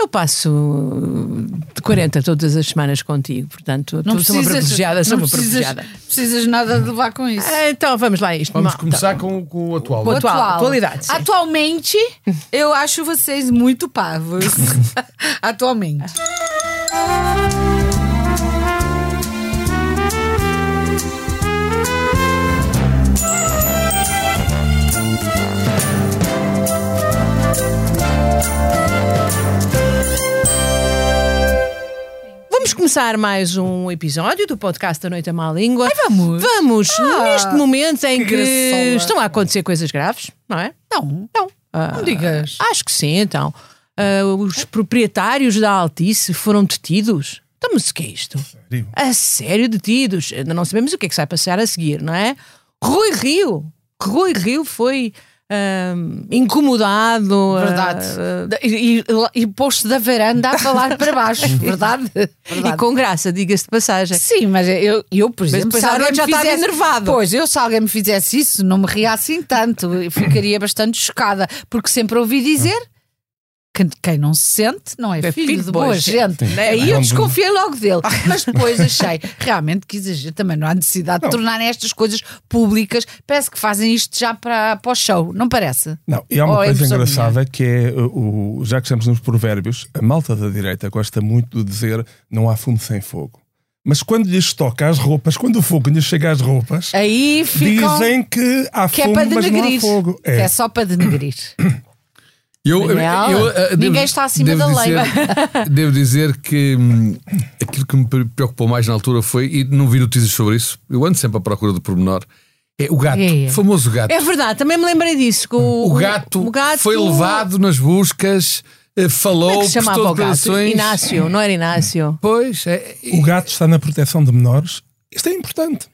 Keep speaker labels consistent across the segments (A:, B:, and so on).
A: Eu passo uh, de 40 todas as semanas contigo, portanto,
B: Não
A: tu sou uma
B: precisas-
A: privilegiada, sou
B: não
A: uma
B: precisas,
A: privilegiada.
B: precisas nada de levar com isso.
A: Ah, Então vamos lá a isto.
C: Vamos
A: malta.
C: começar com, com o atual.
A: Boa- atual, atualidade, sim.
B: Atualmente, eu acho vocês muito parvos. Atualmente.
A: Vamos começar mais um episódio do podcast da Noite à Má Língua.
B: vamos. Ah,
A: Vamos, neste momento em
B: que
A: que,
B: graçola.
A: estão a acontecer coisas graves, não é?
B: Então,
A: Não. Ah,
B: não digas.
A: Acho que sim, então. Ah, os proprietários da Altice foram detidos. Estamos o que é isto?
C: Sério?
A: A sério detidos. Ainda não sabemos o que é que se vai passar a seguir, não é? Rui Rio. Rui Rio foi ah, incomodado.
B: Verdade.
A: ah,
B: E, e, e posto da varanda a falar para baixo, verdade?
A: ah, e
B: Verdade.
A: com graça, diga-se de passagem.
B: Sim, É. mas eu, eu por exemplo,
A: depois
B: se
A: à
B: alguém
A: noite
B: me
A: já estava
B: fizesse-
A: enervado.
B: Pois, eu se alguém me fizesse isso, não me ria assim tanto. Eu ficaria bastante chocada, porque sempre ouvi dizer que quem não se sente não é, filho, de boa, gente.
C: Sim.
B: Aí eu
C: É, Não- Ah.
B: desconfiei logo dele. Mas depois achei realmente que exagero. Também não há necessidade de tornarem estas coisas públicas. Parece que fazem isto já para, para o show, não parece?
C: Não, e há uma
B: Ou é
C: coisa
B: impressão
C: engraçada que é, uh, o, já que estamos nos provérbios, a malta da direita gosta muito de dizer não há fumo sem fogo. Mas quando lhes toca as roupas, quando o fogo lhes chega às roupas,
B: Aí ficam.
C: dizem que há
B: que é
C: fumo,
B: para
C: mas não há
B: denegrir.
C: fogo.
B: Que é só para denegrir.
D: Eu, eu,
A: Daniel,
D: eu, eh, devo-
B: ninguém está acima
D: devo
B: da lei.
D: dizer- devo dizer que hum, aquilo que me pre- preocupou mais na altura foi, e não vi notícias sobre isso, eu ando sempre à procura do pormenor, é o gato,
B: É, é.
D: o famoso gato.
A: É verdade, também me lembrei disso. que o,
D: o, gato
A: o gato-
D: foi levado nas buscas, eh,
A: Como é
D: falou
A: que se
D: por
A: chamava o
D: todo
A: gato?
D: corações.
A: Inácio, não era Inácio?
D: Pois, é, é-
C: O gato está na proteção de menores. Isto é importante.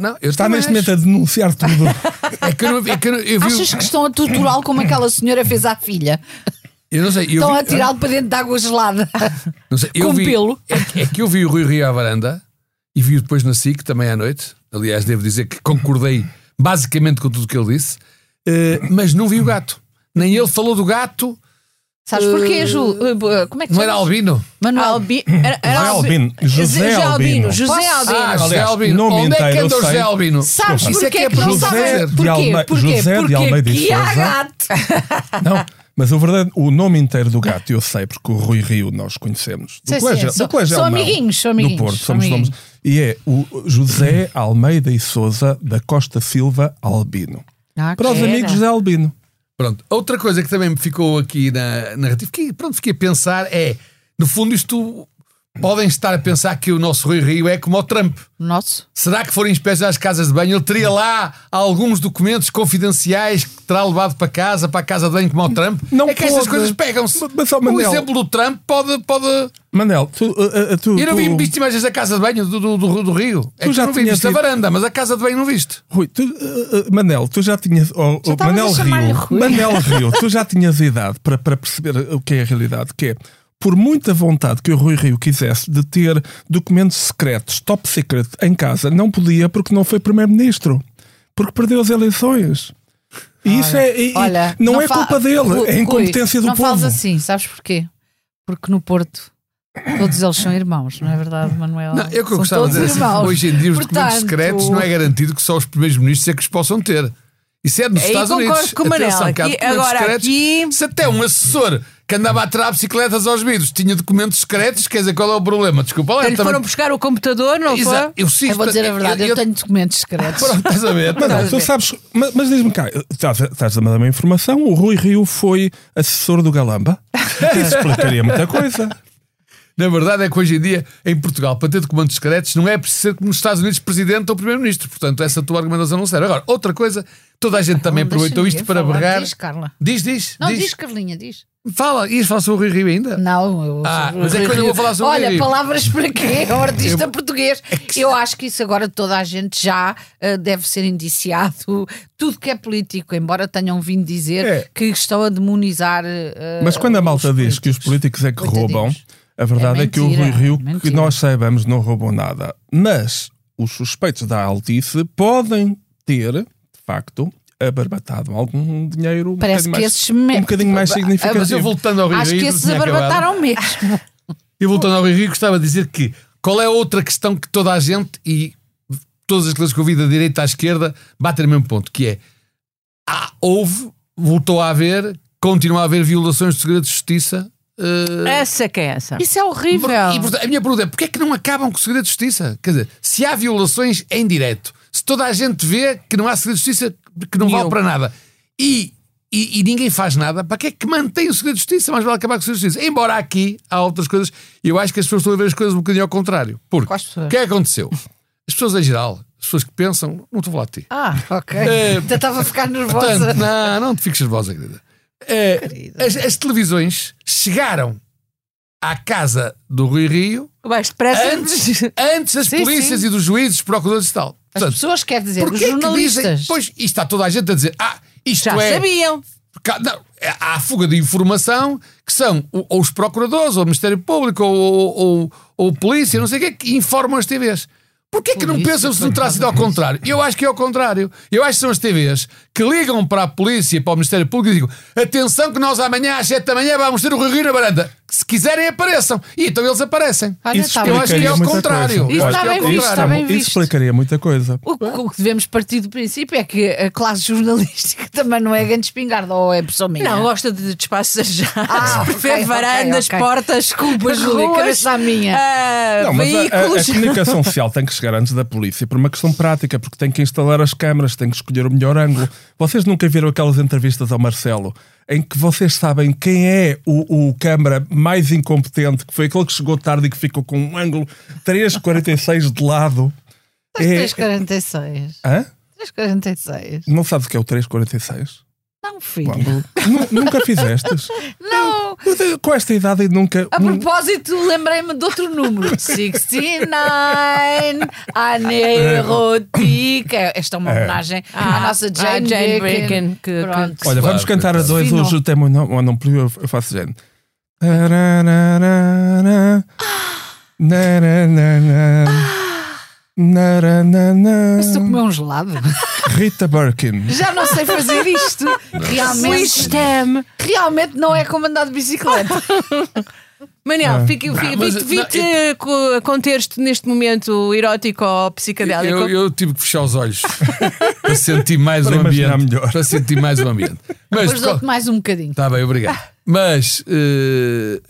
D: não, eu
B: Então
C: Está
D: também
C: neste
D: acho.
C: momento a denunciar tudo.
D: É que eu não, é que eu não- eu vi-
B: Achas que estão a torturá-lo como aquela senhora fez à filha?
D: eu não sei, eu
B: Estão
D: vi-
B: a tirá-lo para dentro de água gelada.
D: Não sei,
B: Com
D: eu vi,
B: pelo.
D: É, que- é que eu vi o Rui Rio à varanda e vi-o depois na SIC também à noite. Aliás, devo dizer que concordei basicamente com tudo o que ele disse, eh, mas não vi o gato. Nem ele falou do gato,
B: Sabes porquê, Ju? Uh, uh, Como é que
D: não era albino.
B: Manuel.
A: Albi- era- era
C: José
A: Albi-
C: Albino. José Albino.
A: José
B: Posso-
A: Albino.
D: Ah, José
C: Aliás,
D: Albino.
C: nome
D: Onde é que
C: inteiro,
D: anda o
C: eu sei.
D: José Albino?
B: Sabes
D: Isso é
B: porquê
D: que é
B: que não
D: preciso
B: sabem?
C: José
D: saber.
C: de
B: Porquê?
C: Alme-
B: Porquê?
C: José de
B: Porquê?
C: Almeida e
B: Que há
C: Sousa.
B: gato.
C: Não, mas o verdade, o nome inteiro do gato eu sei, porque o Rui Rio nós conhecemos. Do
B: Sim, sim,
C: colégio,
B: são-
C: do colégio
B: são
C: alemão,
B: amiguinhos, são
C: Do
B: amiguinhos,
C: Porto,
B: são
C: somos
B: amiguinhos.
C: nomes. E é o José Almeida e Souza da Costa Silva Albino.
B: Ah,
C: Para os
B: que era.
C: amigos de Albino.
D: Pronto, outra coisa que também me ficou aqui na narrativa, que pronto, fiquei a pensar é, no fundo isto podem estar a pensar que o nosso Rui Rio é como o Trump.
B: Nosso.
D: Será que forem inspecionar as casas de banho? Ele teria lá alguns documentos confidenciais que terá levado para casa, para a casa de banho, como ao Trump?
C: Não
D: é que estas
C: pode.
D: coisas pegam-se.
C: Mas, ó,
D: O
C: Manel-
D: exemplo do Trump pode. pode...
C: Manel, tu. uh, uh, tu,
D: Eu não vi
C: tu-
D: viste imagens da casa de banho do, do, do- do Rio. É
C: Tu
D: que
C: já
D: eu não vi,
C: tinhas
D: viste a
C: dito-
D: varanda, mas a casa de banho não viste.
C: Rui, tu, uh, uh, Manel, tu já tinhas. oh, oh,
B: estavas
C: Manel
B: a chamar-lhe
C: Rio.
B: Rui.
C: Manel Rio, tu já tinhas idade para, para perceber o que é a realidade, que é. Por muita vontade que o Rui Rio quisesse de ter documentos secretos, top secret, em casa, não podia porque não foi primeiro-ministro. Porque perdeu as eleições. E isso é. e- e
B: Olha,
C: não, é
B: fa-
C: culpa dele,
B: Rui,
C: é incompetência do
B: não
C: povo.
B: falas assim, sabes porquê? Porque no Porto todos eles são irmãos, não é verdade, Manuel?
D: Não, eu que eu
B: são
D: gostava de
B: todos
D: dizer assim,
B: irmãos.
D: hoje em dia os documentos
B: Portanto,
D: secretos não é garantido que só os primeiros ministros é que os possam ter. Isso é nos
A: Aí
D: Estados
A: concordo
D: Unidos.
A: com o Manel.
D: Atenção, que há
A: Aqui-
D: documentos
A: agora
D: secretos.
A: aqui-
D: Se até um assessor que andava a tirar bicicletas aos vidros tinha documentos secretos, quer dizer, qual é o problema? Desculpa lá, eu
A: Então, Eles
D: também-
A: foram buscar o computador, não
D: Exato.
A: foi?
D: Eu sim.
B: Eu vou dizer a verdade, eu,
D: eu-
B: tenho documentos secretos.
D: Pronto, estás a ver?
C: Mas, não,
B: Estás a
C: tu
B: ver?
C: sabes, mas, mas diz-me cá, estás, estás a mandar uma informação, o Rui Rio foi assessor do Galamba. Isso explicaria muita coisa.
D: Na verdade é que hoje em dia, em Portugal, para ter documentos secretos, não é preciso ser como nos Estados Unidos presidente ou primeiro-ministro. Portanto, essa tua argumentação não serve. Agora, outra coisa, toda a gente também
B: Não,
D: aproveitou
B: deixa
D: isto para
B: ninguém falar.
D: berrar.
B: Diz, Carla.
D: Diz, diz,
B: Não,
D: diz.
B: diz, Carlinha, diz.
D: Fala, ias falar sobre o Rui Rio ainda?
B: Não, eu.
D: Ah,
B: sobre-
D: mas é que eu não vou falar sobre
B: Olha,
D: isso. É
B: palavras para quê? É um artista português. Eu acho que isso agora toda a gente já ah, deve ser indiciado. Tudo que é político, embora tenham vindo dizer
C: É.
B: que estão a demonizar. ah,
C: Mas quando a malta
B: os
C: diz que os políticos é que
B: Coitadinhos.
C: roubam, a verdade
B: É
C: é, que o Rui
B: mentira,
C: Rio,
B: é mentira.
C: que nós saibamos, não roubou nada. Mas os suspeitos da Altice podem ter, de facto, abarbatado algum dinheiro um
B: Parece
C: bocadinho
B: que
C: mais,
B: esses me- Ah,
C: um bocadinho mais significativo.
D: Mas eu voltando ao Rui
B: É Acho
D: Rio,
B: que
D: não
B: esses
D: tinha acabado.
B: abarbataram mesmo.
D: Eu voltando ao Rui Rio, gostava de dizer que qual é a outra questão que toda a gente e todas as coisas que eu vi da direita à esquerda batem no mesmo ponto, que é há- houve, voltou a haver, continua a haver violações de segredo de justiça. eh,
A: Essa que é essa.
B: Isso é horrível.
D: E, portanto, a minha pergunta é: porquê é que não acabam com o segredo de justiça? Quer dizer, se há violações em direto, se toda a gente vê que não há segredo de justiça, que não
A: E
D: vale
A: eu?
D: para nada, e, e, e ninguém faz nada, para que é que mantém o segredo de justiça? Mas vale acabar com o segredo de justiça. Embora aqui há outras coisas, e eu acho que as pessoas estão a ver as coisas um bocadinho ao contrário. Porque
B: Quais pessoas?
D: o que é que aconteceu? As pessoas em geral, as pessoas que pensam, não estou a falar de ti.
B: Ah, é. ok.
D: Eh,
B: Ainda estava a ficar nervosa.
D: Portanto, não, não te fiques nervosa, querida. Eh, as, as televisões chegaram à casa do Rui Rio
A: Mas parece
D: antes, antes das
B: Sim,
D: polícias
B: sim.
D: e dos juízes, procuradores e tal.
B: As
D: Portanto,
B: pessoas, quer dizer, os
D: porquê é que
B: jornalistas.
D: dizem- pois, e está toda a gente a dizer, ah, isto
A: já
D: é...
A: sabiam.
D: Cá- Não, é- há a fuga de informação que são o- ou os procuradores, ou o Ministério Público, ou, ou, ou- ou polícia, não sei o que, que informam as TVs. Porquê que não
B: Polícia,
D: pensam se não terá sido ao contrário? Eu acho que é ao contrário. Eu acho que são as TVs que ligam para a polícia, para o Ministério Público e digam atenção que nós amanhã às 7 da manhã vamos ter o Rui Rio na baranda. Se quiserem apareçam. E então eles aparecem.
B: Olha,
C: Isso
B: está
D: eu
B: bem.
D: acho que é
C: explicaria
D: ao
C: muita
D: contrário.
C: coisa.
B: Isso
C: Olha,
B: está bem
C: isso-
B: visto, está bem
C: isso
B: visto.
C: explicaria muita coisa.
B: O, que- o que devemos partir do princípio é que a classe jornalística também não é grande espingarda, ou é impressão minha.
A: Não, gosta de de espaços arejados,
B: Ah, ok,
A: prefere
B: ok,
A: varandas,
B: ok.
A: portas,
B: Desculpa, Júlia,
A: ruas,
B: cabeça à minha.
A: ah,
C: Não, mas a- a, a
A: veículos.
C: comunicação social tem que chegar antes da polícia por uma questão prática, porque tem que instalar as câmaras, tem que escolher o melhor ângulo. Vocês nunca viram aquelas entrevistas ao Marcelo em que vocês sabem quem é o, o câmara mais incompetente, que foi aquele que chegou tarde e que ficou com um ângulo 3,46 de lado. É-
B: 346.
C: Hã?
B: 346.
C: Não sabes o que é o 3,46?
B: Não, filho.
C: O ângulo. Nu- nunca fizestes?
B: Não.
C: Com esta idade e nunca.
B: A propósito, lembrei-me de outro número. 69 Anerotica. Esta é uma homenagem à nossa Jane,
A: à Ah, Jane
B: Birkin.
A: Birkin, que-
B: Pronto.
A: que-
C: Olha, vamos
D: Claro,
C: cantar a dois
B: Fino.
C: hoje até meu nome. Ou não, eu eu faço género. Tarararara. Naranana. Naranana.
B: Estou a comer um gelado.
C: Rita Birkin.
B: Já não sei fazer isto. Realmente,
A: System.
B: realmente não é como andar de bicicleta.
A: Manel, fica-
D: Não,
A: fica-
D: mas-
A: vi-te vi
D: não,
A: contexto neste momento erótico ou psicodélico.
D: Eu, eu tive que fechar os olhos para sentir mais
C: Para
D: um
C: imaginar
D: ambiente.
C: melhor.
D: Para sentir mais um ambiente. Mas
B: Depois dou-te mais um bocadinho.
D: Está Tá bem, obrigado. Mas. eh,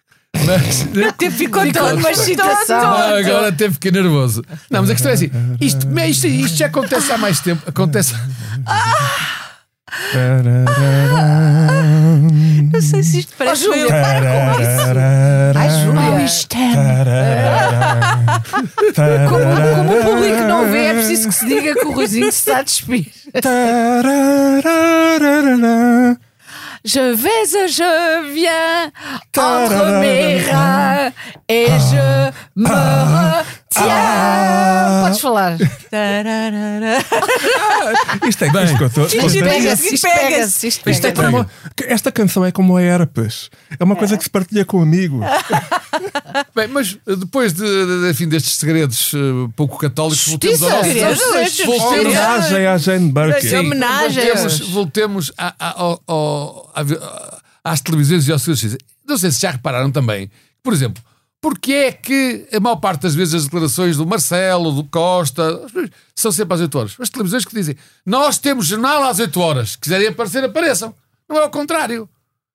D: mas.
A: Até ficou
D: todo
A: todo
B: excitação.
A: excitação.
D: Ah, agora até fiquei nervoso. Não, mas a questão é assim: isto, isto, isto já acontece há mais tempo. Acontece.
C: Tararara.
A: Não sei se isto
B: Ó,
A: parece
B: Júlia,
A: eu.
C: É.
B: para com isso. Ai, Júlia.
C: Tararara.
B: Como,
C: Tararara.
B: como é o público não vê, é preciso que se diga que o Ruizinho se está a despir.
C: Tarararara.
B: Je vais et je viens entre
C: Tararara.
B: mes reins et je me retiens.
C: ah.
B: Podes falar.
A: Tararara.
C: Isto é que isto contou-
B: Isto
C: contou-
B: pega-se, isto pega-se. Isto
C: Isto é
B: pega-se.
C: como- esta canção é como a herpes. É uma coisa que se partilha com amigos.
D: Bem, mas eh, depois de, de- de- enfim, destes segredos eh, pouco católicos, voltemos ao
B: Justiça.
D: nosso.
A: Segredos,
B: é
D: Voltemos,
A: justiça.
C: Homenagem à Jane
A: Sim.
C: Birkin.
A: Homenagens.
D: voltemos, voltemos a- a- ao- ao- a vi- a- às televisões e aos seus juízes. Não sei se já repararam também, por exemplo, porque é que a maior parte das vezes as declarações do Marcelo, do Costa, são sempre às 8 horas. As televisões que dizem nós temos jornal às 8 horas, quiserem aparecer, apareçam. Não é ao contrário.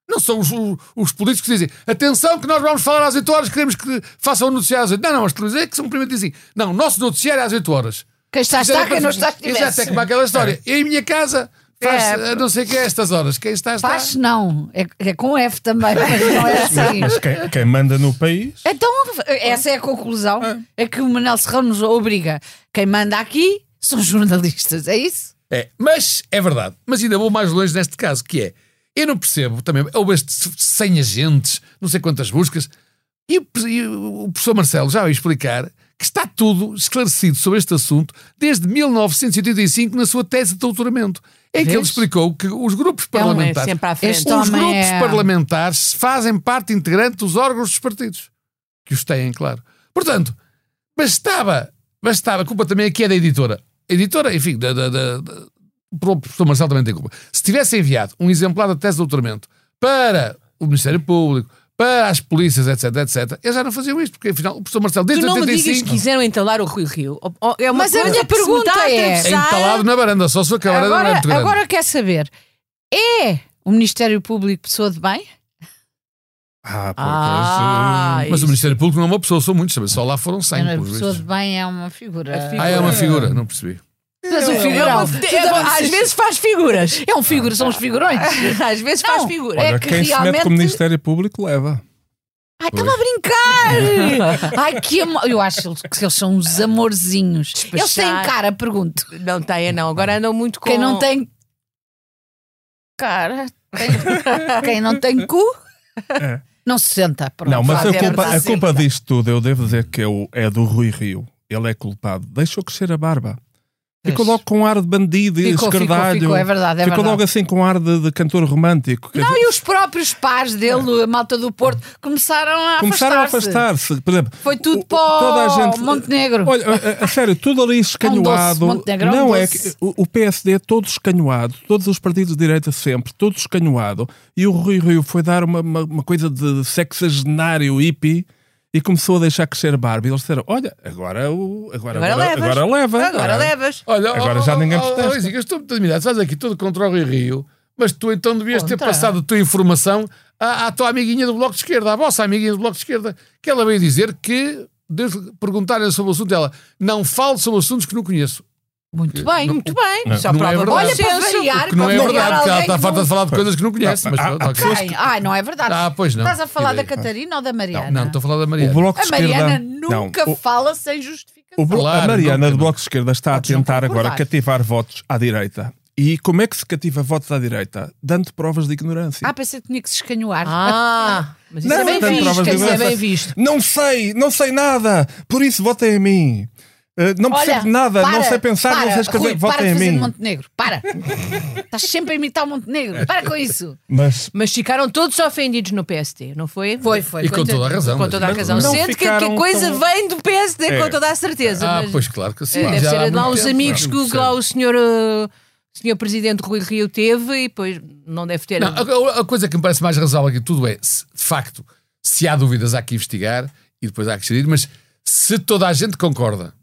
D: Não são os, o- os políticos que dizem atenção que nós vamos falar às 8 horas, queremos que façam o noticiário às 8 Não, não, as televisões é que são primeiro dizem não, nosso noticiário é às 8 horas.
B: Quem está, está, quem não está,
D: Exato, é
B: estivesse.
D: como aquela história. Em minha casa faz
A: É.
D: a não sei que a estas horas. Quem está, está.
B: Faz não. É, é com F também, mas não é assim.
C: Mas quem, quem manda no país.
B: Então, essa é a conclusão. É que o Manel Serrão nos obriga. Quem manda aqui são jornalistas, é isso?
D: É, mas é verdade. Mas ainda vou mais longe neste caso, que é, eu não percebo também, é houve estes 100 agentes, não sei quantas buscas, e o, pre- e o professor Marcelo já vai explicar que está tudo esclarecido sobre este assunto desde 1985 na sua tese de doutoramento, em que ele
B: Vês?
D: explicou que os grupos
A: É um- é
D: parlamentares...
A: sempre à frente.
B: Este
D: Os
B: homem
D: grupos
B: é-
D: parlamentares fazem parte integrante dos órgãos dos partidos. Que os têm, claro. Portanto, bastava, bastava, a culpa também aqui é da editora. A editora, enfim, da, da- da- da- o professor Marcelo também tem culpa. Se tivesse enviado um exemplar da tese de doutoramento para o Ministério Público, para as polícias, etc, etc, eles já não faziam isto, porque afinal o professor Marcelo,
A: Tu
D: desde
A: não me digas
D: 85,
A: que quiseram entalar o Rui Rio. Ou- ou- É uma
B: Mas a
A: coisa
B: minha
A: que se me
B: pergunta
A: está a
B: é-
A: atravessar.
D: entalado na varanda, só se for que a varanda não é
B: Agora,
D: muito grande.
B: agora quer saber: é o Ministério Público pessoa de bem?
C: Ah, por
A: Ah,
C: acaso,
D: Mas o Ministério Público não é uma pessoa, são muitos, sabe? só lá foram 100.
B: a
D: pelos
B: pessoa de
D: vistos.
B: bem é uma figura.
A: É figura.
D: Ah, é uma figura, não percebi.
B: Tu és um
A: É
B: figurão.
A: uma- é uma- às vezes faz figuras.
B: é um figura, são os figurões.
A: Às vezes
B: Não.
A: faz figuras.
B: É
C: eh, Olha,
B: que
C: quem se mete
B: realmente-
C: com o Ministério Público leva.
B: Ai, estava a brincar! Ai, que amor. Eu acho que eles são uns amorzinhos. Eles têm
A: Despachar.
B: cara, pergunto.
A: Não tem, não. Agora andam muito com.
B: Quem não tem cara, tem- quem não tem cu,
C: É.
B: não se senta. Pronto.
C: Não, mas
A: faz
C: a
A: é
C: culpa,
A: verdade.
C: a culpa disto tudo, eu devo dizer que é o- é do Rui Rio. Ele é culpado. Deixou crescer a barba. Ficou
B: Pois.
C: logo com um ar de bandido e
B: ficou, ficou,
C: escardalho.
B: ficou, é verdade, é
C: Ficou
B: verdade.
C: logo assim com ar de, de cantor romântico. Quer
B: Não,
C: dizer,
B: e os próprios pais dele, a malta do Porto, começaram a
C: começaram
B: afastar-se.
C: a afastar-se. Por exemplo,
B: Foi tudo
C: o- o-
B: para o
C: toda a gente-
B: Montenegro. um
C: Olha, a, a- a sério, tudo ali escanhoado.
B: Montenegro, é um
C: não é
B: doce.
C: que- o, o PSD é todo escanhoado, todos os partidos de direita sempre, todo escanhoado. E o Rui Rio foi dar uma, uma, uma coisa de sexagenário hippie e começou a deixar crescer barba. E eles disseram: Olha, agora, o, agora,
A: Agora
C: agora,
A: levas.
C: agora leva.
A: Agora levas.
D: Olha, oh,
C: Agora
D: ó,
C: já
D: ó,
C: ninguém
D: ó, ó,
C: protesta.
D: Luizinho, eu estou muito admirado. Estás aqui todo contra o Rui Rio, mas tu então devias ter
B: Contra.
D: passado a tua informação à, à tua amiguinha do Bloco de Esquerda, à vossa amiguinha do Bloco de Esquerda, que ela veio dizer que, desde perguntarem sobre o assunto dela, não falo sobre assuntos que não conheço.
B: Muito bem.
A: Muito bem.
C: Não,
A: Só
D: não é
A: prova
D: verdade.
A: bom
B: Olha, para
A: senso.
B: variar,
D: Que não é
B: para variar
D: verdade, que ela
B: alguém
D: está
B: que
D: farta
B: não-
D: de falar de coisas que não conhece. Mas
C: há-
D: pronto,
C: há
D: ok.
C: pessoas
B: Ai, ai, não é verdade.
D: Ah, pois não.
B: Estás a falar
D: Que
B: da
D: ideia.
B: Catarina ou da Mariana?
D: Não, estou a falar da
C: O
D: Mariana.
C: bloco de
B: A Mariana
C: esquerda.
B: nunca
C: não, o-
B: fala sem justificação.
C: O Blo-
D: Claro,
C: a Mariana
D: nunca,
C: do Bloco
D: nunca.
C: de Esquerda está a
B: Podes não
C: tentar agora
B: concordar.
C: cativar votos à direita. E como é que se cativa votos à direita? Dando provas de ignorância.
B: Ah, pensei que tinha que se escanhoar.
A: Ah, mas isso
C: Não,
A: é bem
C: tanto
A: visto.
C: provas de
A: Isso é
C: graça.
A: bem visto.
C: Não sei, não sei nada, por isso votem em mim. Eh, não
B: Olha,
C: percebo nada, não
B: para,
C: sei pensar,
B: para,
C: não sei escrever,
B: Rui, para
C: votem
B: de
C: em
B: fazer um de
C: mim.
B: Montenegro, para. Estás sempre a imitar o Montenegro, para com isso.
C: Mas
A: Mas ficaram todos ofendidos no PST, não foi?
B: Foi, foi.
D: E com
B: contente.
D: toda a razão.
A: Com
D: mas-
A: toda a
D: mas-
A: razão.
C: não
A: Sente que
C: ficaram
A: a coisa
C: tão-
A: vem do PSD,
C: É.
A: com toda a certeza.
D: Ah,
A: mas
D: pois claro que sim.
A: É, Deve
D: já há
A: ser lá
D: muito
A: uns
D: tempo,
A: amigos
D: claro,
A: que o-
D: percebo.
A: lá o senhor, eh, senhor Presidente Rui Rio teve e depois não deve ter.
D: Não, a, a- a coisa que me parece mais razoável aqui de tudo é, se, de facto, se há dúvidas há que investigar e depois há que decidir, mas se toda a gente concorda,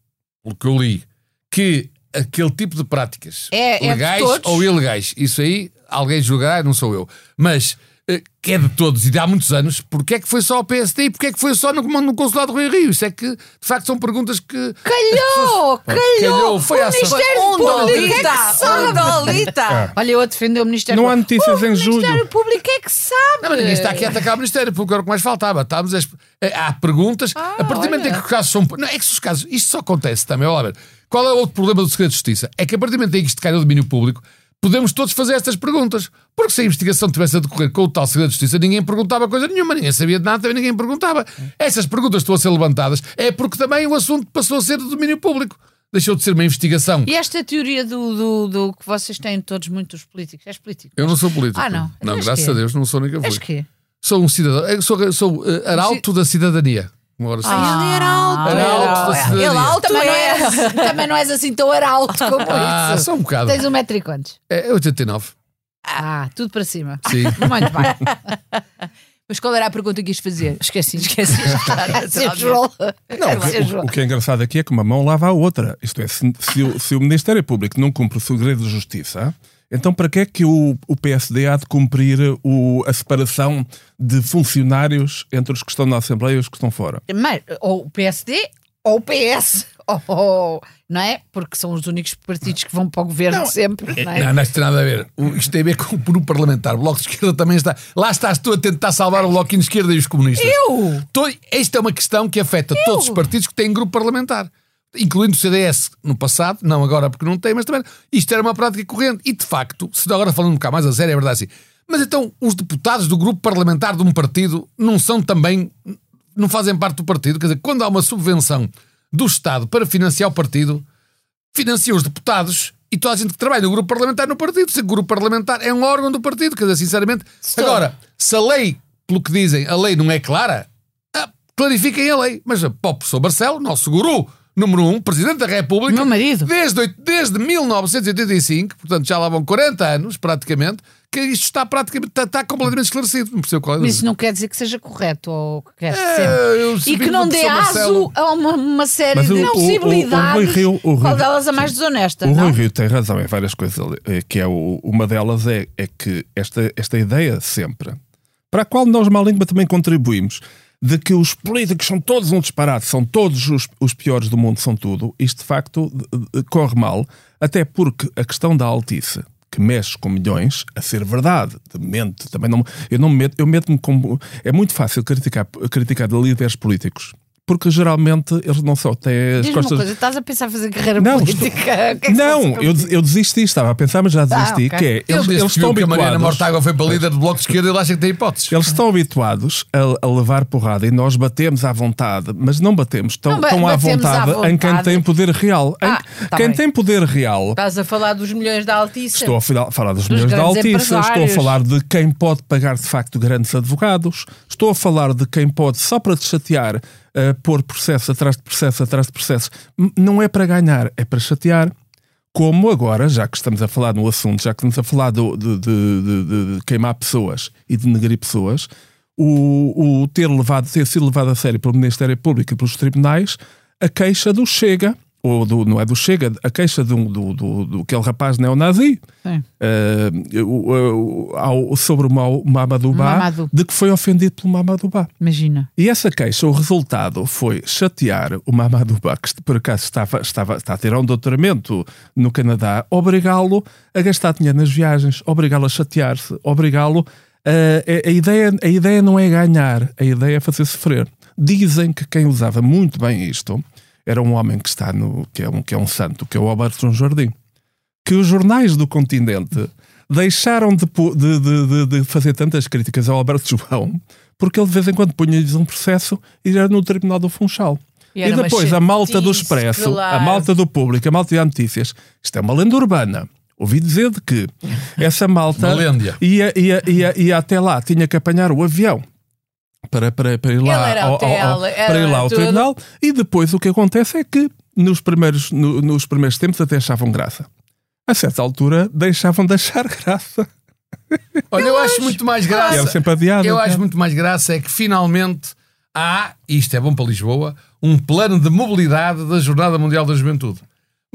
D: pelo que eu li, que aquele tipo de práticas
B: É- é de
D: legais
B: todos.
D: ou ilegais, isso aí alguém julgará, não sou eu, mas eh, que é de todos e de há muitos anos, porque é que foi só ao PSD e porque é que foi só no, comando- no consulado do Rio Rio? Isso é que, de facto, são perguntas que...
B: Calhou, calhou.
D: Calhou, foi
B: o
D: ação.
B: Ministério
A: Um
B: Público é que
A: dolita! Um
B: sabe.
A: dolita!
B: Olha, eu a defender o Ministério
C: não há
B: Público.
C: notícias em
B: O Ministério
C: julho.
B: Público é que sabe.
D: Não, mas ninguém está aqui a atacar o Ministério, porque era o que mais faltava. Estávamos a exp- a- Há perguntas.
B: Ah,
D: a partir do momento em que os casos são. Não, é que se os casos. Isto só acontece também, olha. Qual é o outro problema do segredo de justiça? É que a partir do momento em que isto cai no domínio público, podemos todos fazer estas perguntas. Porque se a investigação tivesse a decorrer com o tal segredo de justiça, ninguém perguntava coisa nenhuma, ninguém sabia de nada, também ninguém perguntava. Essas perguntas estão a ser levantadas é porque também o assunto passou a ser do domínio público. Deixou de ser uma investigação.
B: Uh! E esta teoria do, do, do que vocês têm todos muito os políticos? És político?
D: Eu não sou político.
B: Ah, não.
D: Não,
B: Mas
D: graças
B: quê?
D: a Deus, não sou nunca fui.
B: És quê?
D: Sou um cidadão, eu sou, eu sou eh, arauto da cidadania. assim. Agora sim.
B: Ah.
A: Ele era alto!
D: Era alto da cidadania.
A: Ele alto
B: Também não,
A: é!
B: és, também não és assim tão arauto como
D: Ah,
B: isso.
D: só um bocado.
B: Tens um metro e quantos?
D: É 89.
B: Ah, tudo para cima.
D: Sim.
B: Muito bem.
A: Mas qual era a pergunta que ias fazer?
B: Esqueci.
A: Esqueci.
B: Se jurou.
C: Não, o, o- o que é engraçado aqui é que uma mão lava a outra. Isto é, se, se o, se o Ministério Público não cumpre o segredo de justiça, então para que é que o, o PSD há de cumprir o- a separação de funcionários entre os que estão na Assembleia e os que estão fora?
B: É, Mas, ou o PSD ou o PS. Ou- ou- não é? Porque são os únicos partidos que vão para o governo sempre. Não é?
D: Não, não isto tem nada a ver. O- Isto tem a ver com por um parlamentar. O Bloco de Esquerda também está. Lá estás tu a tentar salvar o Bloco de Esquerda e os comunistas.
B: Eu?
D: Tô- Esta é uma questão que afeta todos os partidos que têm grupo parlamentar. Incluindo o CDS no passado, não agora porque não tem, mas também. Isto era uma prática corrente. E de facto, se agora falando um bocado mais a sério, é verdade assim. Mas então, os deputados do grupo parlamentar de um partido não são também. não fazem parte do partido? Quer dizer, quando há uma subvenção do Estado para financiar o partido, financia os deputados e toda a gente que trabalha no grupo parlamentar no partido. Se o grupo parlamentar é um órgão do partido, quer dizer, sinceramente. Agora, se a lei, pelo que dizem, a lei não é clara, ah, clarifiquem a lei. Mas ah, para o professor Marcelo, nosso guru, número um, Presidente da República.
B: Meu marido.
D: Desde, oit- desde 1985, portanto já lá vão 40 anos, praticamente, que isto está praticamente, está, está completamente esclarecido. Não percebo qual é.
B: Mas isso não quer dizer que seja correto ou que quer
D: É,
B: sempre.
D: eu
B: E
D: subi
B: que
D: uma
B: não dê
D: pessoa,
B: aso
D: Marcelo.
B: a uma, uma série
C: Mas
B: de
C: o- o- o- o Rui
B: possibilidades.
C: Rio- o Rui
B: qual
C: Rio-
B: delas a mais desonesta?
C: O
B: não?
C: Rui Rio tem razão em várias coisas, ali, eh, que é o- uma delas é, é que esta, esta ideia sempre, para a qual nós, má língua, também contribuímos, de que os políticos são todos um disparate, são todos os, os piores do mundo, são tudo, isto de facto de- de- corre mal, até porque a questão da altice, que mexe com milhões, a ser verdade, de mente, também não, eu não me meto, eu meto-me como, é muito fácil criticar, criticar líderes políticos, porque geralmente eles não só têm as
B: Diz-me uma
C: costas
B: coisa, estás a pensar fazer carreira
C: Não,
B: política? O que é que
C: não,
B: fazes?
C: eu, des- eu desisti, estava a pensar, mas já desisti.
B: Ah, ok.
C: Que é,
D: Ele
C: eles,
D: desde
C: eles
D: que viu
C: estão
D: que a Mariana
C: habituados.
D: Mortágua foi para líder do Bloco de Esquerda, ele acha que tem hipóteses.
C: Eles estão habituados a, a levar porrada e nós batemos à vontade, mas não batemos tão,
B: Não, ba-
C: tão à,
B: batemos à
C: vontade em quem
B: vontade.
C: tem poder real. Em-
B: Ah, tá
C: quem
B: bem.
C: tem poder real.
A: Estás a falar dos milhões da Altice.
C: Estou a fila- falar dos milhões da
B: grandes
C: Altice, estou a
B: empresários.
C: falar de quem pode pagar de facto grandes advogados, estou a falar de quem pode, só para te chatear, eh, pôr processo atrás de processo atrás de processo. M- Não é para ganhar, é para chatear. Como agora, já que estamos a falar no assunto, já que estamos a falar do- de, de- de- de- de queimar pessoas e de negrir pessoas, o, o ter, levado, ter sido levado a sério pelo Ministério Público e pelos tribunais a queixa do Chega, ou do, não é do Chega, a queixa do, do, do, do aquele rapaz neonazi,
B: Sim.
C: eh, o- o- ao- sobre o Mau- Mamadubá,
B: Mamadou.
C: de que foi ofendido pelo Mamadubá.
B: Imagina.
C: E essa queixa, o resultado foi chatear o Mamadubá, que por acaso estava, estava, está a tirar um doutoramento no Canadá, obrigá-lo a gastar dinheiro nas viagens, obrigá-lo a chatear-se, obrigá-lo. eh, a, a ideia, a ideia não é ganhar, a ideia é fazer sofrer. Dizem que quem usava muito bem isto era um homem que está no. que é um, que é um santo, que é o Alberto Jardim que os jornais do continente deixaram de, pu- de- de- de- de fazer tantas críticas ao Alberto João porque ele de vez em quando punha-lhes um processo e era no Tribunal do Funchal.
A: E
C: E,
A: era uma
C: depois a malta do
A: chatice,
C: Expresso, a
A: claro.
C: malta do Público, a malta de notícias. Isto é uma lenda urbana. Ouvi dizer de que essa malta
D: Uma lenda.
C: ia, ia, ia, ia até lá, tinha que apanhar o avião para, para, para ir lá,
A: era
C: ao,
A: hotel,
C: ao- ao-
A: era
C: para ir lá ao
A: tudo.
C: tribunal e depois o que acontece é que nos primeiros, no- nos primeiros tempos até achavam graça. A certa altura deixavam de achar graça.
D: Olha, eu acho muito mais graça.
C: Era sempre adiado.
D: Eu acho muito mais graça é que finalmente há, e isto é bom para Lisboa, um plano de mobilidade da Jornada Mundial da Juventude.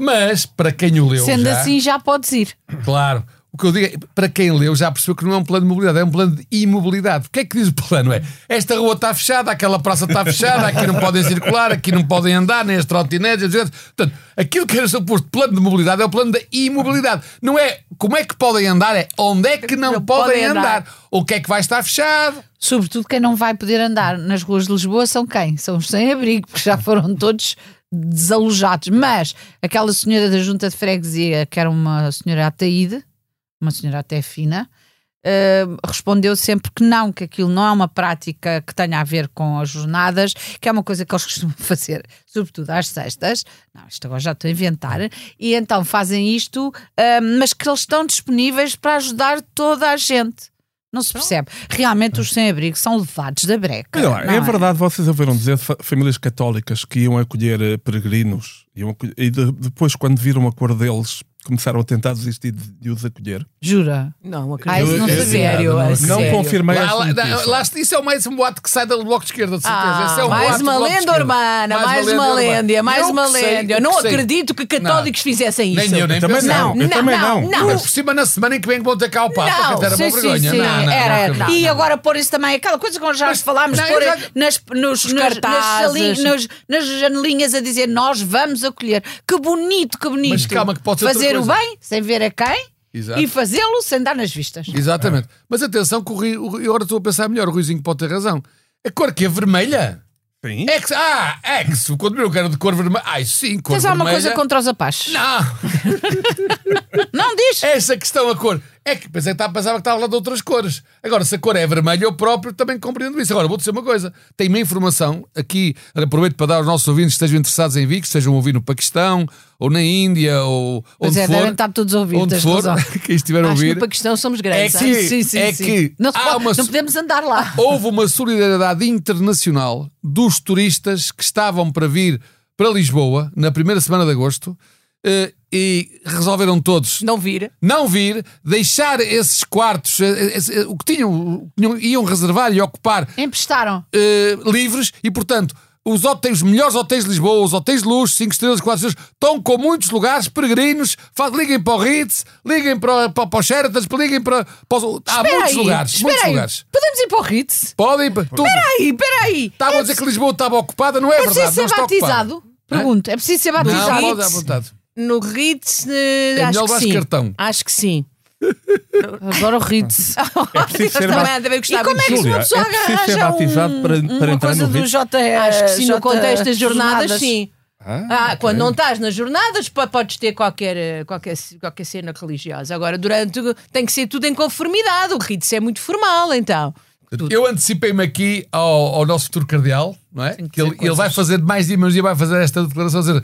D: Mas, para quem o leu
B: Sendo
D: já,
B: assim, já podes ir.
D: claro, o que eu digo é, para quem leu já percebeu que não é um plano de mobilidade, é um plano de imobilidade. O que é que diz o plano? É, esta rua está fechada, aquela praça está fechada, aqui não podem circular, aqui não podem andar, nem as trotinetes, etc. Portanto, aquilo que era suposto plano de mobilidade é o plano da imobilidade. Não é como é que podem andar, é onde é que não,
A: Não
D: podem
A: podem andar.
D: andar. O que é que vai estar fechado?
B: Sobretudo quem não vai poder andar nas ruas de Lisboa são quem? São os sem-abrigo, porque já foram todos desalojados. Mas aquela senhora da junta de freguesia, que era uma senhora ataíde, uma senhora até fina, eh, respondeu sempre que não, que aquilo não é uma prática que tenha a ver com as jornadas, que é uma coisa que eles costumam fazer, sobretudo às sextas. Não, isto agora já estou a inventar. E então fazem isto, eh, mas que eles estão disponíveis para ajudar toda a gente. Não
C: Então?
B: se percebe. Realmente os sem-abrigo são levados da breca.
C: Olha lá,
B: não
C: é, verdade, vocês ouviram dizer de fa- famílias católicas que iam acolher eh, peregrinos iam acolher- e de- depois, quando viram o acordo deles, começaram a tentar desistir de, de os acolher.
B: Jura?
A: Não,
B: Ah, isso
A: acredito.
B: não
A: É
B: sabia.
A: sério,
C: Não
A: é sério.
C: confirmei
D: Lá,
C: essa
D: lá-
C: notícia.
D: lá- lá- isso é o mais um boato que sai do bloco de esquerda, de certeza.
A: Ah,
D: Esse é um boato
A: mais
D: do
A: uma
D: Bloco de
A: lenda
D: Esquerda.
A: urbana, mais, uma
D: urbana.
A: lenda, mais
D: Eu
A: uma
D: que sei,
A: lenda.
D: eu
A: Eu não
D: que sei.
A: acredito que católicos fizessem
D: Nem
A: isso.
D: eu, nem
C: Eu também
D: pensei.
C: não, eu
A: Não,
C: também
A: não,
C: não.
A: não.
D: Ainda por cima, na semana em que vem que vão ter cá o Papa,
A: Não,
D: que era
A: sim,
D: uma vergonha.
B: sim,
D: Não, não, não,
B: era.
D: não, não.
B: E agora pôr isso também, aquela coisa que já falámos,
D: não,
B: pôr
D: eu já-
B: nas, nos,
A: Os
B: nos- nas,
A: cartazes.
B: sali- nos- nas janelinhas a dizer nós vamos acolher. Que bonito, que bonito.
D: Mas calma, que pode ser outra
B: Fazer o
D: coisa.
B: bem sem ver a quem
D: Exato.
B: e fazê-lo sem dar nas vistas.
D: Exatamente. Mas atenção, que o Rui, o Rui- agora estou a pensar melhor, o Ruizinho pode ter razão. A cor que é vermelha.
C: Sim.
D: É que, ah, é que se quando eu quero de cor vermelha. Ai, sim, cor
B: Tens
D: vermelha.
B: alguma coisa contra os apaches?
D: Não, É
B: Não diz?
D: essa questão, a cor. É que pensei que estava, pensava que estava lá de outras cores. Agora, se a cor é vermelha, eu próprio também compreendo isso. Agora, vou dizer uma coisa: tem uma informação aqui, aproveito para dar aos nossos ouvintes que estejam interessados em vir, que estejam a ouvir no Paquistão, ou na Índia, ou
B: Pois
D: onde
B: é,
D: for.
B: devem estar todos a ouvir,
D: Onde
B: tens
D: for,
B: razão.
D: quem estiver a
A: Acho que
D: ouvir.
A: no Paquistão somos
D: É
A: grandes.
D: que,
A: hein?
B: Sim, sim,
D: é
B: sim.
D: que
B: não, se
D: há
B: pode-
D: uma
B: não
D: su-
B: podemos andar lá.
D: houve uma solidariedade internacional dos turistas que estavam para vir para Lisboa, na primeira semana de agosto, eh, e resolveram todos
A: Não vir.
D: não vir, deixar esses quartos, eh, esse- eh, o que tinham, o que tinham- iam reservar e ocupar
B: Emprestaram.
D: eh, livres e, portanto, os hotéis, os melhores hotéis de Lisboa, os hotéis de luxo, 5 estrelas, 4 estrelas, estão com muitos lugares peregrinos. Faz, liguem para o Ritz, liguem para, para, para o Sheraton, liguem para. para os- há
B: Espera
D: muitos
B: aí,
D: lugares,
B: espera
D: muitos
B: aí.
D: lugares.
B: Podemos ir para o Ritz?
D: Podem. Tudo.
A: Aí, peraí.
D: Estavam a dizer que Lisboa estava ocupada, não
B: É
D: é,
B: preciso
D: verdade?
B: ser
D: não está ocupada.
B: batizado? Pergunto. É preciso ser batizado?
D: Não, pode à
A: Ritz.
D: vontade.
A: No Ritz, eh,
D: É
A: acho
D: melhor
A: que
D: levar
A: sim.
D: cartão.
A: Acho que sim.
B: Adoro o Ritz.
C: É preciso ser
A: Também
C: batizado.
A: há de haver
B: E
A: gostado
B: como é que
A: disso.
B: uma
C: Júlia,
B: pessoa
C: é preciso ser
B: arranja
C: batizado
B: um-
C: para- para
B: uma
C: entrar
B: coisa
C: no
B: do
C: Ritz?
B: J.
A: Acho que sim, no
B: J-
A: contexto das jornadas,
B: jornadas.
A: sim. Ah, quando não estás nas jornadas, po- podes ter qualquer, eh, qualquer, qualquer cena religiosa. Agora, durante. Tem que ser tudo em conformidade. O rito é muito formal, então.
D: Eu antecipei-me aqui ao, ao nosso futuro cardeal, não é? Que ele, ele vai fazer mais de menos dia, vai fazer esta declaração, ou seja,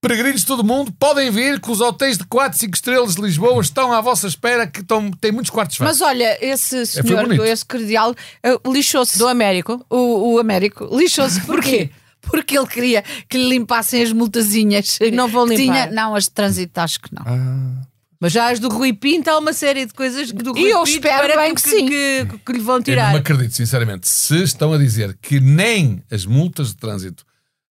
D: peregrinos de todo o mundo, podem vir que os hotéis de 4, 5 estrelas de Lisboa estão à vossa espera, que estão, têm muitos quartos
B: Mas olha, esse
D: É, foi
B: senhor,
D: bonito.
B: esse cardeal, eh, lixou-se.
A: Do Américo.
B: O, o Américo lixou-se. Porquê? Porque ele queria que lhe limpassem as multazinhas.
A: Não vão
B: que
A: limpar.
B: Tinha, não, as de trânsito acho que
D: Ah,
B: não.
A: Mas já as do Rui Pinto há uma série de coisas que do Rui
B: eu
A: Pinto
B: espero
A: para
B: bem que sim.
A: Que, que lhe vão
D: Eu não
C: É
A: tirar.
D: me acredito, sinceramente. Se estão a dizer que nem as multas de trânsito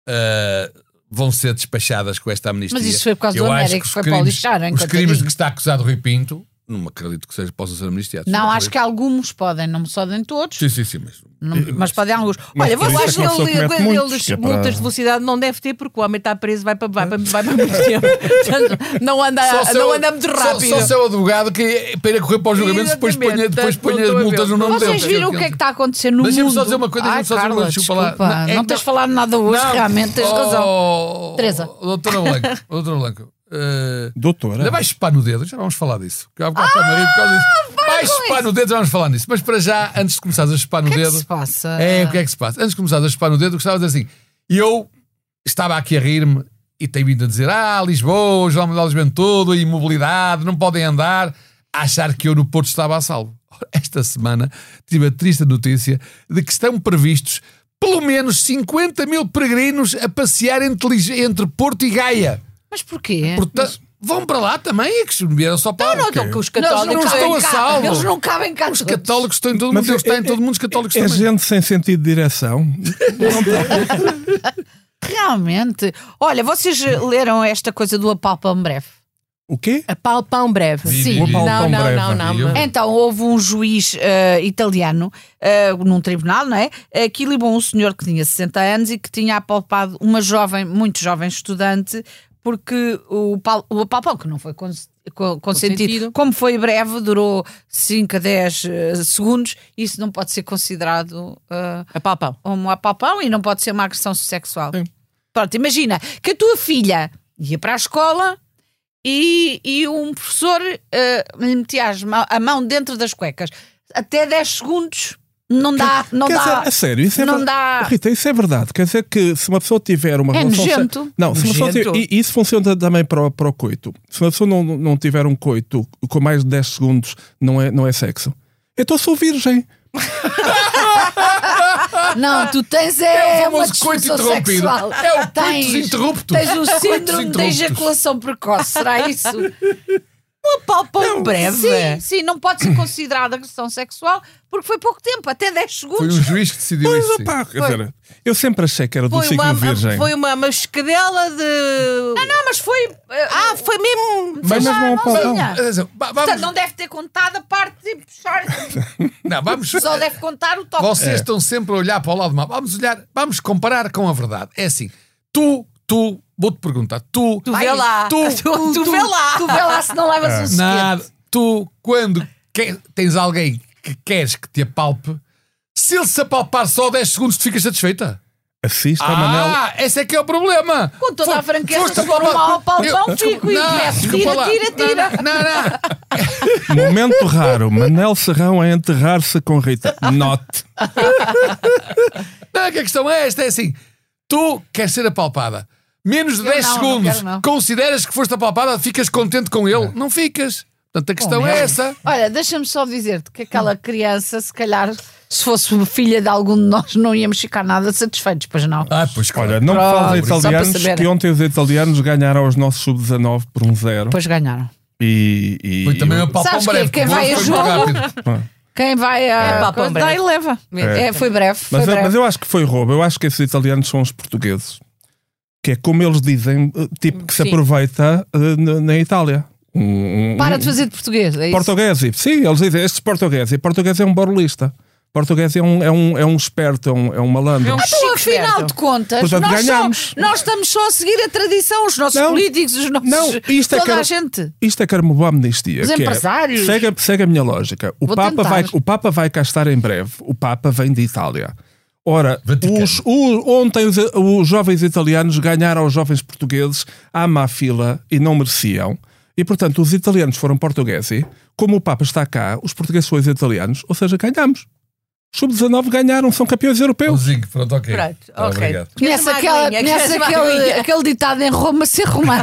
D: ah, vão ser despachadas com esta amnistia.
B: Mas isso foi por causa do
D: eu acho
B: Américo,
D: que os
B: foi para o
D: crimes,
B: lixarem,
D: Os
B: coitadinho.
D: crimes de que está acusado Rui Pinto, não me acredito que sejam, possam ser amnistiados.
B: Não, acho que alguns podem, não podem todos,
D: Sim, sim, sim, mas...
B: não- mas podem alguns.
A: Olha,
C: por
A: eu
C: isso é
A: acho
C: que
A: que
C: uma pessoa
A: ele,
C: comete
A: ele,
C: muitos,
A: ele-
C: que é para-
A: multas de velocidade não deve ter, porque o homem está preso, vai para, vai para, vai para muito tempo. Portanto, não anda,
D: é Só se
A: Ah, não
D: eu-
A: anda muito
D: só-
A: rápido.
D: Só, seu advogado que é para ir correr para os julgamentos depois
A: Exatamente.
D: ponha, depois
A: Portanto,
D: ponha
A: não estou
D: as
A: a
D: multas
A: ver.
D: no nome dele.
B: Vocês viram o que é que está a acontecer no
D: Deixa-me
B: mundo?
D: só dizer uma coisa,
B: Ai,
D: deixa-me só dizer uma
B: Carla,
D: coisa, deixa eu falar.
B: desculpa, Não,
D: Não, é que
B: tens
D: não-
B: falado nada hoje, realmente, tens razão.
D: Oh,
B: Teresa.
D: Doutora Blanco, doutora Blanco. eh,
C: Doutora. é
D: Ainda vais chupar no dedo, já vamos falar disso. Que há bocado estava a rir
B: Ah,
D: por causa disso. Vais chupar no dedo, já vamos falar nisso. Mas para já, antes de começares a chupar no
B: O que é que
D: dedo.
B: se passa?
D: É, o que é que se passa? Antes de começares a chupar no dedo, eu gostava de dizer assim: eu estava aqui a rir-me e tenho vindo a dizer, ah, Lisboa, o João Manuel de Juventude, e mobilidade, não podem andar, a achar que eu no Porto estava a salvo. Ora, Esta semana tive a triste notícia de que estão previstos pelo menos 50 mil peregrinos a passear entre, Lis- entre Porto e Gaia.
B: Mas porquê?
D: Portanto, vão para lá também, é que se vieram só para
A: Não,
D: lá.
A: não, que os
B: Nós
A: católicos
D: não
A: cabem
D: estão a
A: cá.
D: salvo.
B: Eles não cabem cá
D: Os
B: todos.
D: católicos estão em todo o mundo,
C: Mas
D: eles
C: é-
D: têm em todo o mundo, os católicos
C: É
D: também.
C: gente sem sentido de direção.
B: Realmente. Olha, vocês eh, leram esta coisa do apalpam breve?
C: O quê?
A: A pau pão breve.
D: Vi,
B: Sim.
D: vi, vi.
C: Uma
A: Não,
C: Pão
A: não,
C: breve.
A: não, não. mas-
B: Então, houve um juiz eh, italiano eh, num tribunal, não é? Eh, que libou um senhor que tinha 60 anos e que tinha apalpado uma jovem, muito jovem estudante, porque o, pal- o apalpão, que não foi cons- co- consentido,
A: Consentido.
B: como foi breve, durou 5 a 10 eh, segundos, isso não pode ser considerado eh,
A: A pau pão.
B: um apalpão e não pode ser uma agressão sexual. Pronto, imagina que a tua filha ia para a escola e, e um professor eh, lhe metia as mão- a mão dentro das cuecas. Até 10 segundos não dá, não
C: Quer
B: dá.
C: dizer, a sério, isso é
B: não
C: verdade.
B: dá.
C: Rita, isso é verdade. Quer dizer que se uma pessoa tiver uma
B: É
C: relação. se-
B: nojento.
C: Não, se uma pessoa
A: Nojento.
C: tiver, e isso funciona também para o, para o coito. Se uma pessoa não, não tiver um coito com mais de 10 segundos, não é, não é sexo. Então sou virgem.
B: Não, tu tens é,
D: ah, É o
B: uma
D: famoso coito
B: disfunção
D: interrompido.
B: sexual.
D: É o É coitus
B: tens,
D: interruptus.
B: Tens o
D: Coitus
B: síndrome da
D: interruptus.
B: ejaculação precoce, será isso?
A: Pão
D: É,
A: breve.
B: Sim, sim, não pode ser considerada agressão sexual porque foi pouco tempo, até 10
D: Foi
B: segundos.
D: um juiz que decidiu
C: Pois,
D: isso. sim.
C: opá, quer dizer, eu sempre achei que era do
A: Foi
C: signo
A: uma,
C: virgem.
A: foi uma mascadela de.
B: Ah, Não, mas foi. eh,
A: Ah, foi mesmo.
C: Mas mesmo ao
B: mãozinha.
C: pão.
D: Atenção, Então, va-
B: Portanto, não
D: Vamos,
B: deve ter contado a parte de puxar,
D: não, vamos. eh,
B: só deve contar o toque.
D: Vocês
C: É.
D: estão sempre a olhar para o lado mal. Vamos olhar, vamos comparar com a verdade. É assim, tu, tu, vou-te perguntar, tu,
A: Tu vê
D: Ai,
A: lá.
D: tu,
A: tu, tu vê lá.
B: Tu vê lá se não levas
C: É.
B: um suquete.
D: nada, tu, quando que- tens alguém que queres que te apalpe, se ele se apalpar só 10 segundos, tu ficas satisfeita.
C: Assista a Manel.
D: Ah, esse é que é o problema.
B: Com toda a franqueza,
D: foste
B: se for
D: apalpar-
B: mal apalpão,
D: Eu-
B: fico e
D: Não,
B: começo.
D: desculpa
B: Tira,
D: lá.
B: tira, tira.
D: Não, não, não.
C: Momento raro. Manel Serrão a enterrar-se com Rita. Note.
D: Não, que a questão é esta, é assim. Tu queres ser apalpada. Menos de 10
B: não, não
D: segundos,
B: quero, não.
D: É. consideras que foste apalpada, ficas contente com ele? Não ficas. Portanto, a questão é
B: merda.
D: essa.
B: Olha, deixa-me só dizer-te que aquela criança, se calhar, se fosse filha de algum de nós, não íamos ficar nada satisfeitos, pois não.
D: Ah, pois claro.
C: Olha, não me
B: Pronto,
C: fales
B: só para
C: italianos,
B: saber.
C: que ontem os italianos ganharam os nossos sub-19 por um zero.
B: Pois ganharam.
C: E, e-
D: Foi também é
B: Sabes
D: uma palpão
B: que
D: breve.
B: quem
D: porque
B: vai
D: foi
B: a
D: muito
B: jogo-
D: rápido.
B: Quem vai
A: É,
B: a.
A: papo
B: coisa,
A: breve.
B: dá e leva.
A: É.
B: É, foi breve. Foi
C: Mas, eu-
B: breve.
C: mas eu acho que foi roubo. Eu acho que esses italianos são os portugueses. Que é como eles dizem, eh, tipo, que se
A: Sim.
C: aproveita eh, na, na Itália. Um, um-
B: Para de fazer de português. É isso.
C: Portuguese, sim, eles dizem estes portugueses. E português é um barulhista. Português é um, é um, é um esperto, é um, é um malandro.
A: É um
B: Então,
A: Chico
B: afinal
A: esperto.
B: de contas,
C: Portanto,
B: nós, só-
C: ganhamos.
B: nós estamos só a seguir a tradição, os nossos
C: Não.
B: políticos, os nossos.
C: Não, isto é
B: toda
C: que
B: a
C: era-
B: gente.
C: Isto é que era uma boa amnistia.
B: Os
C: que é-
B: empresários.
C: segue, segue a minha lógica. O
B: Vou
C: Papa,
B: tentar.
C: vai, o Papa vai cá estar em breve. O Papa vem de Itália. Ora,
D: Vaticano.
C: os- o- ontem os, os jovens italianos ganharam aos jovens portugueses à má fila e não mereciam. E, portanto, os italianos foram portugueses. Como o Papa está cá, os portugueses são os italianos. Ou seja, ganhamos. Sub-19 ganharam, são campeões europeus.
D: Pãozinho, pronto, ok.
A: Pronto,
C: Tá,
D: Ah,
A: ok.
D: obrigado.
A: Conhece
B: Conhece, aquela,
A: magrinha,
B: conhece
A: conhece
B: aquele,
A: magrinha.
B: aquele ditado em Roma ser romano.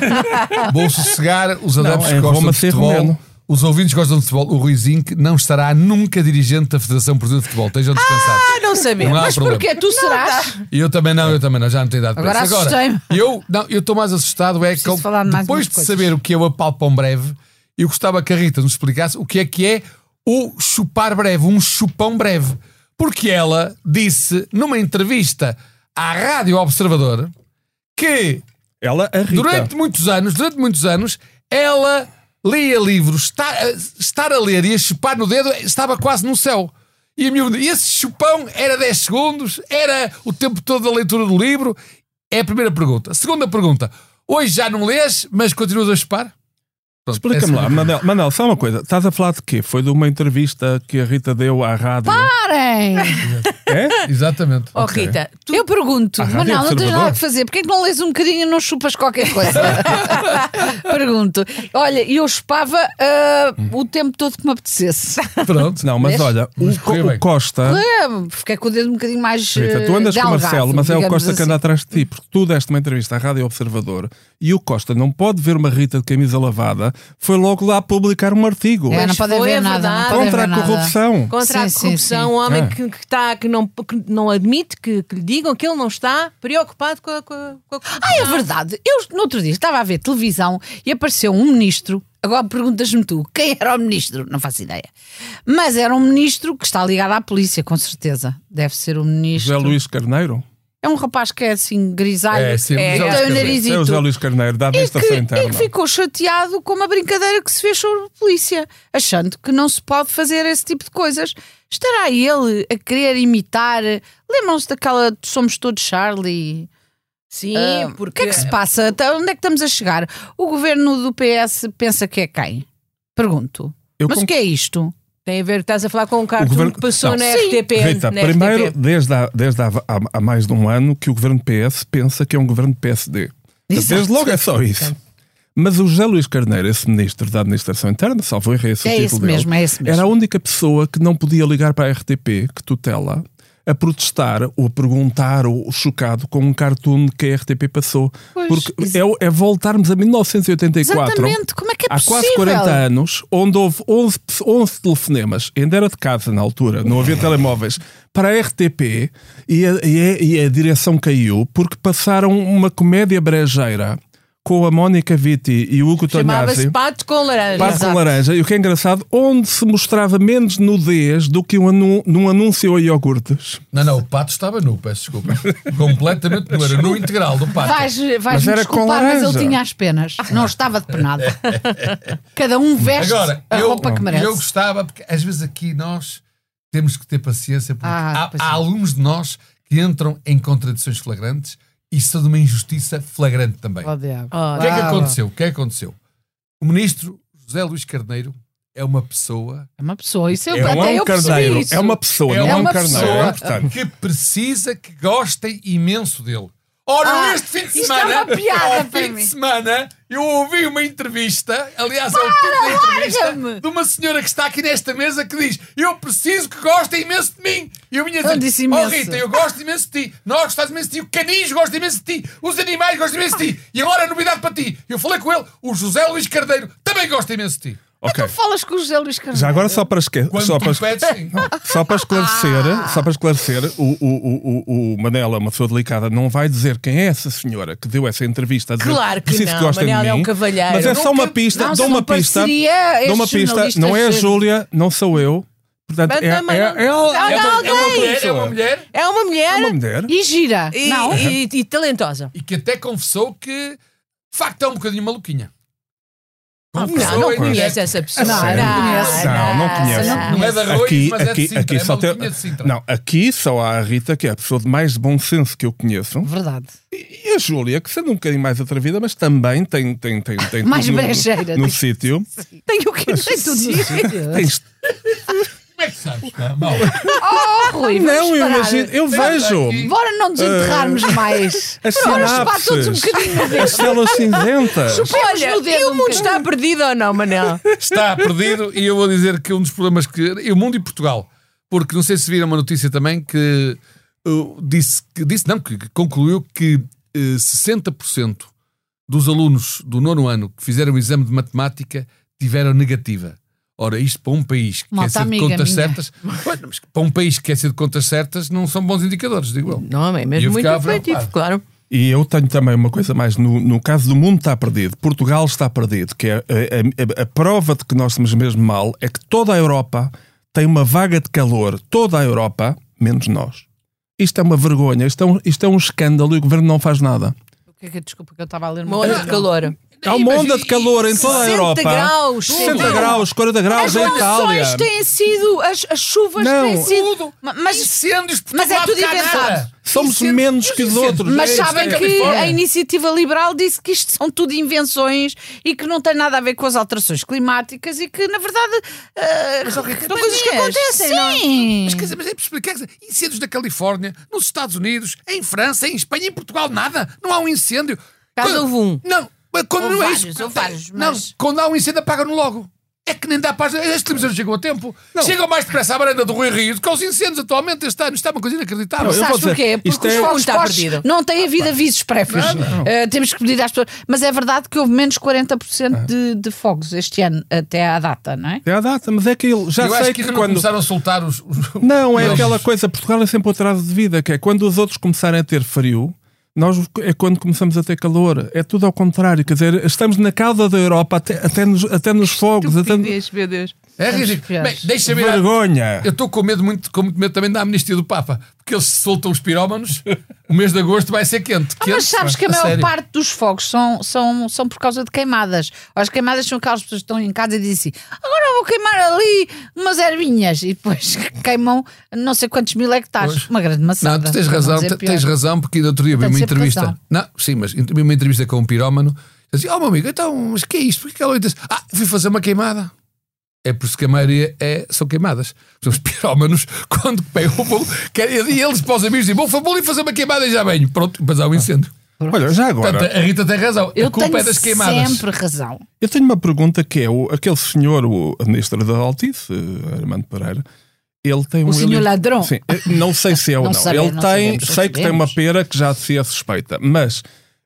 D: Vou sossegar os adeptos
C: em
D: que gostam
C: Roma
D: de
C: ser
D: futebol.
C: romeno.
D: Os ouvintes que gostam de futebol. O Ruizinho que não estará nunca dirigente da Federação Portuguesa de Futebol. Estejam descansados.
A: Ah, não sabia.
D: Não há
A: Mas
D: problema.
A: porquê?
B: tá.
A: Tu serás?
D: E eu também não, eu também não, já não tenho idade para
B: Agora
D: isso.
B: assustei-me.
D: eu não, eu estou mais assustado é que
B: Preciso
D: eu-
B: falar de mais
D: depois
B: umas
D: de
B: coisas.
D: saber o que é o apalpão breve, eu gostava que a Rita nos explicasse o que é que é o chupar breve, um chupão breve. Porque ela disse numa entrevista à Rádio Observador que
C: Ela, a Rita.
D: durante muitos anos, durante muitos anos, ela lia livros, estar, estar a ler e a chupar no dedo estava quase no céu. E a minha pergunta, esse chupão era 10 segundos, era o tempo todo da leitura do livro. É a primeira pergunta. Segunda pergunta, hoje já não lês, mas continuas a chupar? Pronto, essa
C: Explica-me
D: é a
C: lá,
D: minha
C: Manel, Manel, só uma coisa. Estás a falar de quê? Foi de uma entrevista que a Rita deu à rádio.
B: Parem!
C: É?
D: pergunta. Exatamente.
A: Oh, Rita, tu
B: Eu pergunto,
C: Ah,
B: mas
C: Rádio
B: não, não tens
C: Observador.
B: nada a fazer. Porquê é que não lês um bocadinho e não chupas qualquer coisa? pergunto. Olha, e eu chupava ah, o tempo todo que me apetecesse.
D: Pronto.
C: Não, mas
B: Vês?
C: olha, o,
D: Mas
C: Co-
D: correu
C: o
D: bem.
C: Costa.
B: É, Fiquei com o dedo um bocadinho mais.
C: Rita,
B: ah,
C: tu andas
B: de
C: com o Marcelo,
B: algarve,
C: mas é o
B: digamos
C: Costa que
B: assim.
C: anda atrás de ti, porque tu deste uma entrevista à Rádio Observador e o Costa não pode ver uma Rita de camisa lavada, foi logo lá publicar um artigo
B: É, não
A: Mas
B: pode
A: foi
B: haver
A: a
B: nada.
A: verdade.
B: não pode
C: contra a
B: haver nada.
C: corrupção.
A: contra
B: Sim,
A: a
B: sim,
A: corrupção,
B: sim.
A: um homem
C: Ah.
A: que, que, tá, que, não, que não admite que, que lhe digam que ele não está preocupado com a, com a, com a corrupção.
B: Ah, é verdade. Eu, no outro dia, estava a ver televisão e apareceu um ministro. Agora perguntas-me tu, quem era o ministro? Não faço ideia. Mas era um ministro que está ligado à polícia, com certeza. Deve ser o ministro.
C: José Luís Carneiro?
B: É um rapaz que é assim, grisalho.
D: É, sim,
B: tem
D: José Luís
B: o
D: Carneiro.
B: narizito.
C: É o José Luís Carneiro, da
B: E que,
C: administração
B: e
C: interna.
B: que ficou chateado com uma brincadeira que se fez sobre a polícia, achando que não se pode fazer esse tipo de coisas. Estará ele a querer imitar? Lembram-se daquela de Somos Todos Charlie?
A: Sim,
B: Ah, O
A: porque
B: que é que se passa? Até Onde é que estamos a chegar? O governo do PS pensa que é quem? Pergunto.
C: Eu
B: Mas o
C: conc-
B: que é isto?
A: tem a ver, estás a falar com um cartoon
C: governo-
A: que passou
C: Não.
A: na
B: Sim.
A: RTP.
C: Rita,
B: né,
A: na
C: primeiro,
A: RTP.
C: desde, há, desde há, há- há mais de um ano que o governo PS pensa que é um governo PSD.
B: Exato.
C: Desde logo é só isso. Mas o José Luís Carneiro, esse ministro da Administração Interna, salvo erro, é esse o
B: É
C: título
B: esse
C: dele,
B: mesmo, é esse mesmo.
C: Era a única pessoa que não podia ligar para a RTP, que tutela, a protestar ou a perguntar ou chocado com um cartoon que a RTP passou.
B: Pois,
C: Porque
B: exa-
C: é, o- é voltarmos a 1984
B: Exatamente, como é que é
C: há
B: possível?
C: quase 40 anos, onde houve 11, pe- 11 telefonemas, ainda era de casa na altura, não havia telemóveis, para a RTP e a, e a- e a direção caiu porque passaram uma comédia brejeira com a Mónica Vitti e o Hugo
A: chamava-se
C: Tognazzi.
A: Pato com Laranja.
C: Pato com
B: Exato.
C: laranja, e o que é engraçado, onde se mostrava menos nudez do que um anu- num anúncio a iogurtes.
D: Não, não, o pato estava nu, peço desculpa. Completamente nu, era nu integral do pato.
B: Vais, vais
C: Mas
B: me
C: era com
B: desculpar, mas ele
C: laranja.
B: tinha as penas. Não estava de penado. Cada um veste
D: Agora,
B: a
D: eu,
B: roupa que merece.
D: eu gostava, porque às vezes aqui nós temos que ter paciência, porque
B: Ah,
D: há,
B: pois
D: há
B: é.
D: alguns de nós que entram em contradições flagrantes e são de uma injustiça flagrante também.
B: Oh, diabo.
A: Oh,
D: O que é que
B: Ah.
D: aconteceu? O que é que aconteceu? O ministro José Luís Carneiro é uma pessoa,
B: É uma pessoa, isso eu,
C: É um
B: até eu percebi
C: carneiro,
B: isso.
C: é uma pessoa,
D: É
C: não é um
B: uma
C: carneiro.
B: pessoa.
C: é, portanto.
D: que precisa que gostem imenso dele. Ora,
B: Ah,
D: este fim de
B: isto
D: semana,
B: é uma piada
D: ao
B: para
D: fim
B: mim.
D: de semana, eu ouvi uma entrevista, aliás, é o tipo da entrevista
B: larga-me.
D: de uma senhora que está aqui nesta mesa que diz: Eu preciso que gostem imenso de mim. E eu vinha
B: Ele
D: dizer:
B: Então disse
D: Oh
B: imenso."
D: Rita, eu gosto imenso de ti, nós gostamos imenso de ti, o canijo gosta imenso de ti, os animais gostam imenso de ti, e agora a novidade para ti. Eu falei com ele, o José Luís Cardeiro também gosta imenso de ti.
C: Ok.
B: Tu falas com o José Luís Carneiro.
C: Já agora só para esquecer.
D: Quando
C: Só
D: tu
C: para
D: pedes, sim.
C: Só para esclarecer, só para esclarecer o, o, o, o, o Manela, uma pessoa delicada, não vai dizer quem é essa senhora que deu essa entrevista. A dizer,
A: Claro que
C: "Preciso
A: não,
C: gostem de
A: Manela é um
C: mim",
A: cavalheiro.
C: Mas é só uma pista,
B: não,
C: dou
B: se não
C: uma pista.
B: pareceria
C: Dou uma
B: estes
C: pista, não é a
B: jornalistas-
C: Júlia, não sou eu. Portanto,
A: Mas
C: é,
A: não, mas
C: é,
A: não-
C: é ela-
A: não,
C: é
A: não,
C: uma- é uma
A: alguém.
C: mulher,
D: é uma mulher
A: É uma mulher,
C: É uma mulher.
B: E gira.
A: E,
B: não. é
A: e- e talentosa.
D: e que até confessou que de facto é um bocadinho maluquinha.
A: Não, não
D: em
A: conheço
D: direto.
A: essa pessoa.
C: A sério?
A: Não,
B: Conheço.
C: Não, não conheço.
B: não
D: Não é da Arroios,
C: aqui,
D: mas é de
C: aqui,
D: Sintra,
C: aqui
D: é
C: só tem-
D: maluquinha de Sintra.
C: Não, aqui só há a Rita, que é a pessoa de mais bom senso que eu conheço,
B: Verdade.
C: e a Júlia, que sendo um bocadinho mais atrevida, mas também tem, tem, tem, tem
B: Mais
C: tudo no-
B: brejeira.
C: no sítio.
A: Tenho o que tem tudo isso.
C: Tens
D: Como é que sabes? Não, mal.
B: Oh, Rui, vamos
C: Não, eu
B: parar.
C: imagino, eu vejo
B: Bora não desenterrarmos
C: Ah,
B: mais.
C: as
B: Bora chupar todos um
C: sinapses,
B: bocadinho na vez.
C: as células cinzentas.
A: Olha,
B: no dedo
A: e o
B: um
A: mundo
B: bocadinho.
A: está perdido ou não, Manel?
D: Está perdido e eu vou dizer que um dos problemas que. E o mundo e Portugal. Porque não sei se viram uma notícia também que uh, disse, que disse não, que, que concluiu que eh, 60% dos alunos do nono ano que fizeram o exame de matemática tiveram negativa. Ora, isto para um país que
B: Malta
D: quer ser de
B: amiga
D: contas
B: minha.
D: certas, Pois, mas para um país que quer ser de contas certas, não são bons indicadores, digo eu.
A: Não, é
D: E eu
A: mesmo muito
D: ficava
A: afetivo,
D: preocupado.
A: claro.
C: E eu tenho também uma coisa mais. No, no caso do mundo está perdido, Portugal está perdido, que é a, a- a prova de que nós estamos mesmo mal é que toda a Europa tem uma vaga de calor, toda a Europa, menos nós. Isto é uma vergonha, isto é um, isto é um escândalo e o governo não faz nada.
B: O que é que- Desculpa que eu estava a ler
A: Uma onda de calor.
C: Há uma
D: Mas
C: onda
D: e-
C: de calor em toda a
A: 60
C: Europa.
A: graus,
C: 60
A: tudo.
C: graus, 40 graus
B: Então, As
C: em Itália.
B: relações têm sido, as, as chuvas
C: Não.
B: têm sido.
D: Tudo.
B: Ma- Mas,
D: Incêndios,
B: mas é
D: Portugal
B: tudo
D: cá nada.
B: inventado.
C: Somos
D: Incêndios-
C: menos que os outros.
B: mas
C: É isto,
B: sabem
C: é
B: que
C: Califórnia.
B: a iniciativa liberal disse que isto são tudo invenções e que não tem nada a ver com as alterações climáticas e que, na verdade, ah, são coisas que acontecem, Sim.
D: Mas, quer dizer, mas é para explicar. quer dizer, Incêndios da Califórnia, nos Estados Unidos, em França, em Espanha, em Portugal, nada. Não há um incêndio.
A: Caso
D: Quando-
A: houve um.
D: Não, mas quando
B: Houve
D: não é
B: vários,
D: isso.
B: houve vários,
D: Não,
B: mas-
D: quando há um incêndio, apagam-no logo. É que nem dá para. As televisões chegam a tempo. Chegam mais depressa à baranda do Rui Rio do que aos incêndios atualmente este ano. Isto é uma coisa inacreditável.
C: Não, eu-
B: Sabes
C: vou dizer,
B: porquê?
C: isto
B: Porque os
C: é-
B: fogos
A: Está
B: postos
A: perdido.
B: não têm havido avisos prévios. Eh, temos que pedir às pessoas. Mas é verdade que houve menos 40%
D: Ah.
B: de, de fogos este ano, até à data, não é?
C: É a data, mas é que ele- já
D: Eu
C: sei
D: acho
C: que,
D: que, ainda não
C: quando.
D: começaram a soltar os.
C: Não, é
D: Não.
C: aquela coisa, Portugal é sempre o atraso de vida, que é quando os outros começarem a ter frio, nós é quando começamos a ter calor. É tudo ao contrário, quer dizer, estamos na cauda da Europa até, até, nos, até nos fogos, até
A: meu Deus.
D: É ridículo.
B: piores.
D: Bem, deixa-me ir à-
C: vergonha.
D: Eu estou com medo muito, com muito medo também da amnistia do Papa, porque eles soltam os pirómanos, o mês de agosto vai ser quente.
B: Ah,
D: quente
B: mas sabes que a maior
D: é, sério.
B: parte dos fogos são, são, são por causa de queimadas. As queimadas são aquelas pessoas que estão em casa e dizem assim: agora vou queimar ali umas ervinhas. E depois queimam não sei quantos mil hectares.
D: Pois.
B: Uma grande maçada.
D: Não, tu tens
B: para
D: razão,
B: dizer
D: te-
B: é pior.
D: tens razão, porque ainda outro dia vi
B: Tem
D: uma
B: sempre
D: entrevista.
B: razão.
D: Não, sim, mas vi uma entrevista com um pirómano. Eu disse, oh meu amigo, então, mas que é isto? Porque ela disse, ah, fui fazer uma queimada. É por isso que a maioria é, são queimadas. São os pirómanos, quando pegam o bolo, querem- e eles para os amigos dizem, bom, foi bom ali fazer uma queimada e já venho. Pronto, mas há um incêndio.
C: Olha, já agora.
D: Portanto, a Rita tem razão,
B: Eu
D: a culpa
B: tenho
D: é das queimadas.
B: sempre razão.
C: Eu tenho uma pergunta que é o, aquele senhor, o administrador da Altice, eh, Armando Pereira, ele tem um.
B: senhor
C: heli-
B: ladrão.
C: Sim, eh, não sei se é ou
B: Não
C: não.
B: sabe-
C: ele
B: não
C: tem,
B: sabemos, não
C: sei que tem uma
B: sabemos.
C: pera que já se é suspeita, mas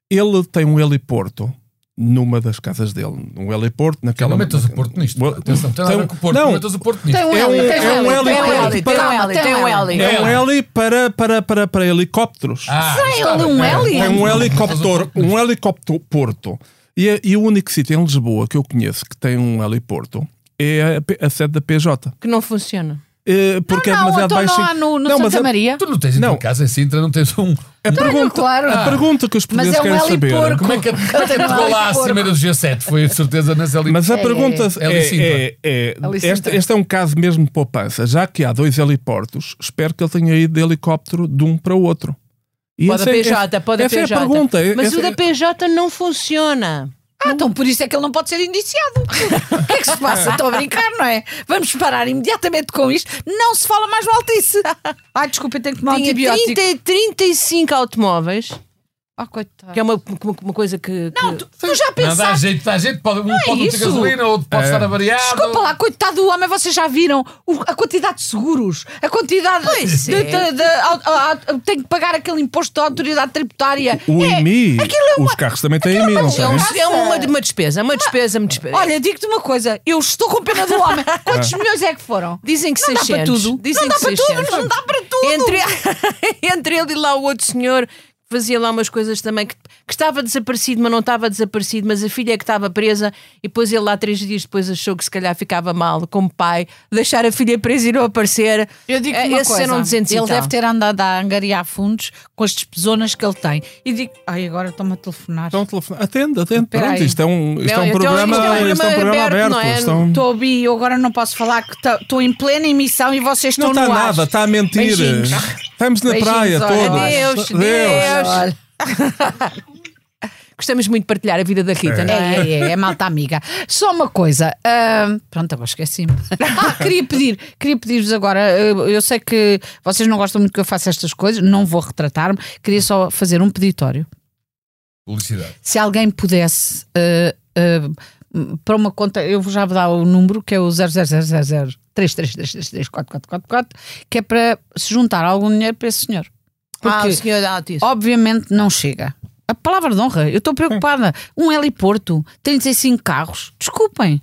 C: ele tem um heliporto numa das casas dele. Um heliporto naquela.
D: Não metas o Porto nisto.
C: Boa-
D: Atenção, não tem nada a ver com o Porto.
C: Não.
D: Não metas o Porto nisto.
B: Tem um
C: É
B: L,
C: um-
B: tens
C: é um
B: L, tem
C: L,
A: Tem um L, tem um L, tem um L.
C: É um heli para, para, para, para helicópteros.
D: Ah,
B: Sei,
D: está
B: ele
D: bem.
B: um
D: É.
B: L?
C: É um helicóptero,
D: Mas
C: um helicóptero porto. E, é- e o único sítio em Lisboa que eu conheço que tem um heliporto é a P- a, sede da PJ.
A: Que não funciona.
C: Eh, Porque é
B: não,
C: demasiado
B: então
C: baixo.
B: não há no, no Santa
C: a,
B: Maria.
D: Tu não tens em tua
C: Não.
D: casa em Sintra, não tens um.
C: a pergunta,
B: claro.
C: a pergunta que os
B: Mas
C: portugueses
B: é um
C: querem saber.
B: heliporco.
D: Como é que como é que
B: Não,
D: chegou lá
B: é porco.
D: acima do G7? Foi de certeza nas ali.
C: Mas a
B: É,
C: pergunta
D: é, é.
C: é. é, é,
B: Ali Sintra.
C: este, este é um caso mesmo de poupança. Já que há dois heliportos, espero que ele tenha ido de helicóptero de um para o outro. E
A: Pode a
C: essa é-
A: PJ, pode a
C: essa é a
A: PJ.
C: pergunta.
A: Mas
C: Essa- é
A: o da PJ não funciona.
B: Ah, então por isso é que ele não pode ser indiciado. O que é que se passa? Estou a brincar, não é? Vamos parar imediatamente com isto. Não se fala mais no Altice. Ai, desculpa, eu tenho que tomar
A: Tinha
B: antibiótico.
A: 30, 35 automóveis
B: Ah, coitado.
A: Que é uma, uma, uma coisa que. que-
B: Não, tu, tu já
D: Não dá
B: pensaste.
D: jeito, dá jeito. Pode, um pode não ter
A: isso.
D: gasolina, outro pode estar avariado.
B: Desculpa lá, coitado do homem, vocês já viram o- a quantidade de seguros, a quantidade
A: Pois
B: de,
A: é.
B: de- de- au- au- au- tem que pagar aquele imposto da autoridade tributária.
C: O
B: É,
C: IMI,
B: aquilo é
C: os
B: uma-
C: carros também têm
B: aquilo é uma
C: IMI, não
A: É,
C: têm?
A: um-
B: Nossa.
A: é uma, de- uma despesa, uma despesa, uma despesa.
B: Olha, digo-te uma coisa, eu estou com pena do homem. Quantos milhões é que foram?
A: Dizem que
B: Não dá para
A: 600.
B: tudo.
A: Dizem
B: Não dá
A: que
B: para tudo,
A: 600.
B: não dá para tudo.
A: Entre, entre ele e lá o outro senhor que fazia lá umas coisas também que, que estava desaparecido, mas não estava desaparecido, mas a filha é que estava presa e depois ele lá três dias depois achou que se calhar ficava mal como pai deixar a filha presa e não aparecer.
B: Eu digo
A: Eh,
B: uma
A: Esses
B: coisa,
A: eram 200 e
B: ele
A: tal.
B: deve ter andado a angariar fundos com as despesonas que ele tem. E digo, ai, agora estou-me a telefonar.
C: Estão a telefonar. Então, Atende, atende.
B: Espera
C: Pronto,
B: aí.
C: isto é um, isto é
A: Não,
C: um
A: então isto
C: programa,
A: é um programa
C: isto é um programa
A: aberto,
C: aberto.
A: não é?
C: isto é um-
B: Estou a ouvir, eu agora não posso falar que tá, estou em plena emissão e vocês
C: Não
B: estão
C: está
B: no ar.
C: nada, está a mentir.
B: Beijinhos.
C: Estamos na
B: Beijinhos,
C: praia
B: olha.
C: todos.
A: Adeus, adeus.
B: Olha,
A: Gostamos muito de partilhar a vida da Rita, não é?
B: é, é, é, é malta amiga. Só uma coisa. ahm, pronto, agora esqueci-me. Ah, queria pedir, queria pedir-vos agora. Eu, eu sei que vocês não gostam muito que eu faça estas coisas, não vou retratar-me. Queria só fazer um peditório.
D: Publicidade.
B: se alguém pudesse ah, ah, para uma conta, eu vou já vou dar o número que é o 00003333344444, que é para se juntar algum dinheiro para esse senhor.
A: Ah, o
B: Porque
A: senhor dá isso.
B: obviamente não chega. A palavra de honra, eu estou preocupada. Um heliporto, 35 carros, desculpem.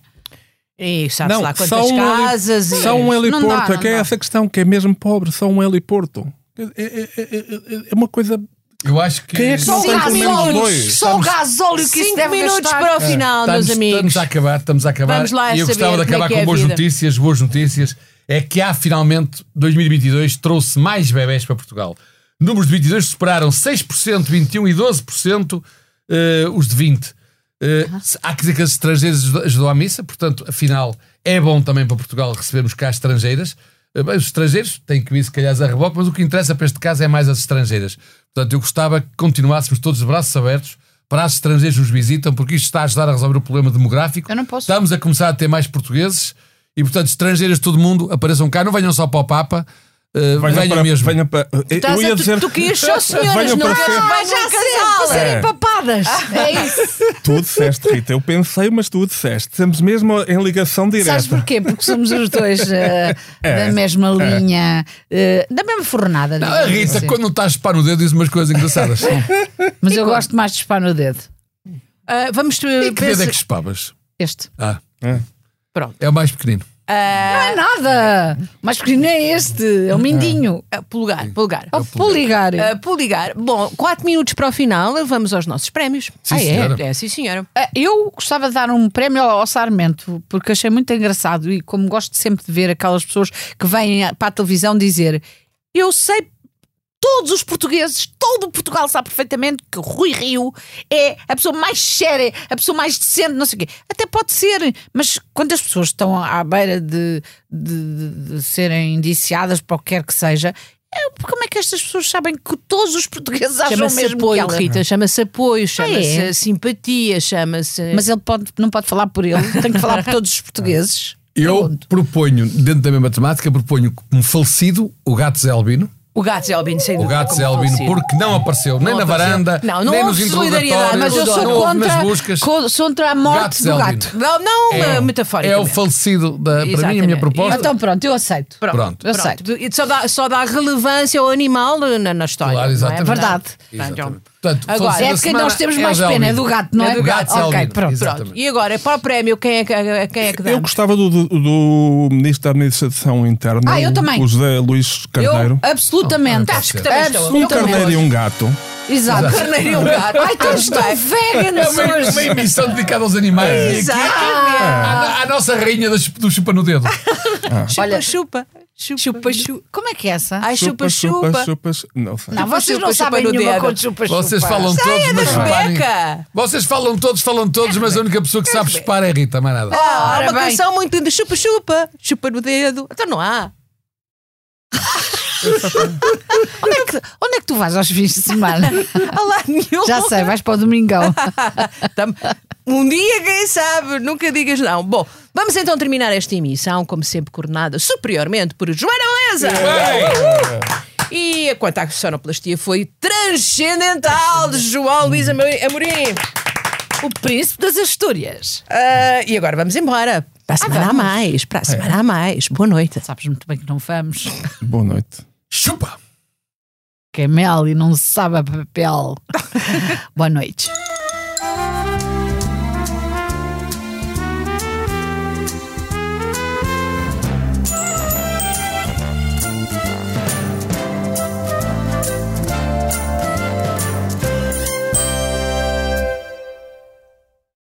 B: É
A: E sabes
C: Não,
A: lá quantas
C: só um,
A: casas.
C: heli,
A: e-
C: só um
B: Não
C: heliporto,
B: dá, não
C: é que é
B: dá.
C: essa questão, que é mesmo pobre, só um heliporto. É, é, é, é- é- é uma coisa.
D: Eu acho que.
C: Quem é que
B: Só
C: não
B: o
C: tem pelo menos
B: gasóleo,
C: dois?
B: só o gasóleo que isso
A: Cinco
B: deve
A: minutos
B: gastar.
A: para o final, meus
D: Estamos,
A: amigos.
D: estamos a acabar, estamos a acabar.
A: Vamos lá
D: e eu
A: saber
D: gostava de
A: como é
D: acabar
A: que é
D: com
A: a
D: boas
A: vida.
D: notícias, boas notícias. É que há finalmente 2022 trouxe mais bebés para Portugal. Números de 22 superaram 6%, 21 e 12% eh, os de 20. Eh, Há que dizer que as estrangeiras ajudou- ajudou à missa, portanto, afinal, é bom também para Portugal recebermos cá estrangeiras. Eh, bem, Os estrangeiros têm que vir, se calhar, a reboque, mas o que interessa para este caso é mais as estrangeiras. Portanto, eu gostava que continuássemos todos de braços abertos para as estrangeiras que nos visitam, porque isto está a ajudar a resolver o problema demográfico.
B: Eu não posso.
D: Estamos a começar a ter mais portugueses e, portanto, estrangeiras de todo mundo apareçam cá, não venham só para o Papa, eh,
C: Venham
D: venham
C: para-
D: mesmo.
C: venham para-
A: Estás
C: eu
A: a-
C: ia
A: é tu-
C: dizer.
A: tu querias só senhoras,
C: Venham
A: não
C: para
A: queres
C: ser-
A: mais um casal.
C: É.
B: papadas. É isso.
C: Tu disseste, Rita. Eu pensei, mas tu disseste. Estamos mesmo em ligação
B: Sabes
C: direta.
B: porquê? Porque somos os dois eh, da mesma linha, eh, da mesma fornada.
D: Não, a
B: digamos
D: Ah, Rita,
B: assim.
D: quando não estás a chupar no dedo, diz umas coisas engraçadas. que
B: Mas eu gosto mais de chupar no dedo.
A: Ah, vamos.
D: dedo
A: pensa-
D: é que chupavas?
B: Este.
D: Ah,
A: Pronto.
D: é o mais pequenino.
B: Não é nada! Mas pequenino é este, é o mindinho.
A: Ah, Pulgar, pulgar.
B: Oh, vou ligar.
A: Ah, Pulgar. Bom, 4 minutos para o final, vamos aos nossos prémios.
D: Sim,
A: ah,
D: senhora.
A: é? É, sim, senhora.
B: Ah, Eu gostava de dar um prémio ao ao Sarmento, porque achei muito engraçado e como gosto sempre de ver aquelas pessoas que vêm a- para a televisão dizer eu sei todos os portugueses, todo o Portugal sabe perfeitamente que Rui Rio é a pessoa mais séria, a pessoa mais decente, não sei o quê. Até pode ser, mas quando as pessoas estão à beira de, de- de- de serem indiciadas para o que quer que seja... eu- Como é que estas pessoas sabem que todos os portugueses acham
A: Chama-se
B: mesmo
A: apoio,
B: que ela... é?
A: Rita. Chama-se apoio, chama-se
B: Ah, é?
A: simpatia, chama-se.
B: Mas ele pode- não pode falar por ele, tem que falar por todos os portugueses.
D: Eu
B: Pronto.
D: proponho, dentro da mesma temática, proponho como falecido o gato Zé Albino.
A: o gato Zé Albino, sem
D: O
A: dúvida,
D: gato
A: como é
D: Zé Albino,
A: falecido.
D: porque não apareceu nem
A: Não
D: na
A: apareceu.
D: varanda,
A: Não, não
D: nem nos
A: houve solidariedade,
D: interrogatórios,
B: Ah, Mas eu
A: Adoro.
B: sou
D: não houve nas
B: contra,
D: buscas.
B: co- sou contra a
D: Gato
B: morte
D: Zé
B: do
D: Albino.
B: gato.
A: Não, não
D: É-
A: uh, metaforicamente.
D: É o falecido, da, para mim, a minha
A: Exatamente.
D: proposta.
B: Então pronto, eu aceito.
A: Pronto.
D: Pronto.
B: Eu aceito.
A: Pronto. E Só dá, só dá relevância ao animal uh, na, na história.
D: Claro,
A: não
D: exatamente.
A: É verdade.
D: Exatamente.
A: Então,
D: Portanto,
A: Agora,
D: falecido
B: É
D: da
B: de quem nós
D: semana
B: temos
D: é o
B: mais
D: Zé
B: pena, é
D: Albino.
B: do gato, não é?
D: É do gato,
B: Ok,
D: Zé Albino.
B: pronto.
D: Exato.
A: Pronto. E agora, para o prémio, quem é que, a- quem é que dá?
C: Eu gostava do, do- do Ministro da Administração Interna,
B: Ah, eu
C: o-
B: também.
C: o José Luís
B: Eu,
C: Carneiro.
B: absolutamente.
A: Acho que também estou.
C: um
A: eu também
C: carneiro e um gato.
B: Exato. é
A: Carneiro e um gato.
B: Ai, todos
A: Tudo
B: estão
A: bem.
D: É
B: veganos
D: uma, uma
B: hoje.
D: emissão dedicada aos animais. E aqui, Ah.
A: Exatamente.
D: a, a nossa rainha do, chup- do chupa no dedo.
A: Chupa,
B: Olha-
A: chupa. Chupa, chupa.
B: Como é que é essa?
A: Ai, chupa, chupa.
C: chupa, chupa, chu- Não sei.
B: não,
A: chupa,
B: vocês não
A: chupa,
B: sabem
A: chupa no
B: nenhuma
A: dedo.
B: com chupa-chupa.
D: Vocês falam todos,
A: Saia da
D: mas reparem.
A: Rebeca!
D: Vocês falam todos, falam todos,
B: É
D: mas a única pessoa que sabe chupar é a Rita, mais nada.
A: Ah,
B: Ora
A: há uma
B: bem.
A: canção muito linda. Chupa, chupa. Chupa no dedo. Então não há.
B: Onde é, que, onde é que tu vais aos fins de semana?
A: Há lá nenhum.
B: Já sei, vais para o Domingão. Ah,
A: Tam- Um dia, quem sabe, nunca digas não. Bom, vamos então terminar esta emissão, como sempre, coordenada
B: É.
A: superiormente por Joana Beleza.
D: Bem,
A: E a quanto à sonoplastia foi transcendental de João Luís Amorim. Amorim.
B: O príncipe das Astúrias. Ah,
A: Ah, e agora vamos embora. Para a semana há
B: vamos.
A: mais, para a semana há mais. Boa noite.
B: Sabes muito bem que não vamos.
C: Boa noite.
D: Chupa!
B: Que é mel e não se sabe a papel. Boa noite.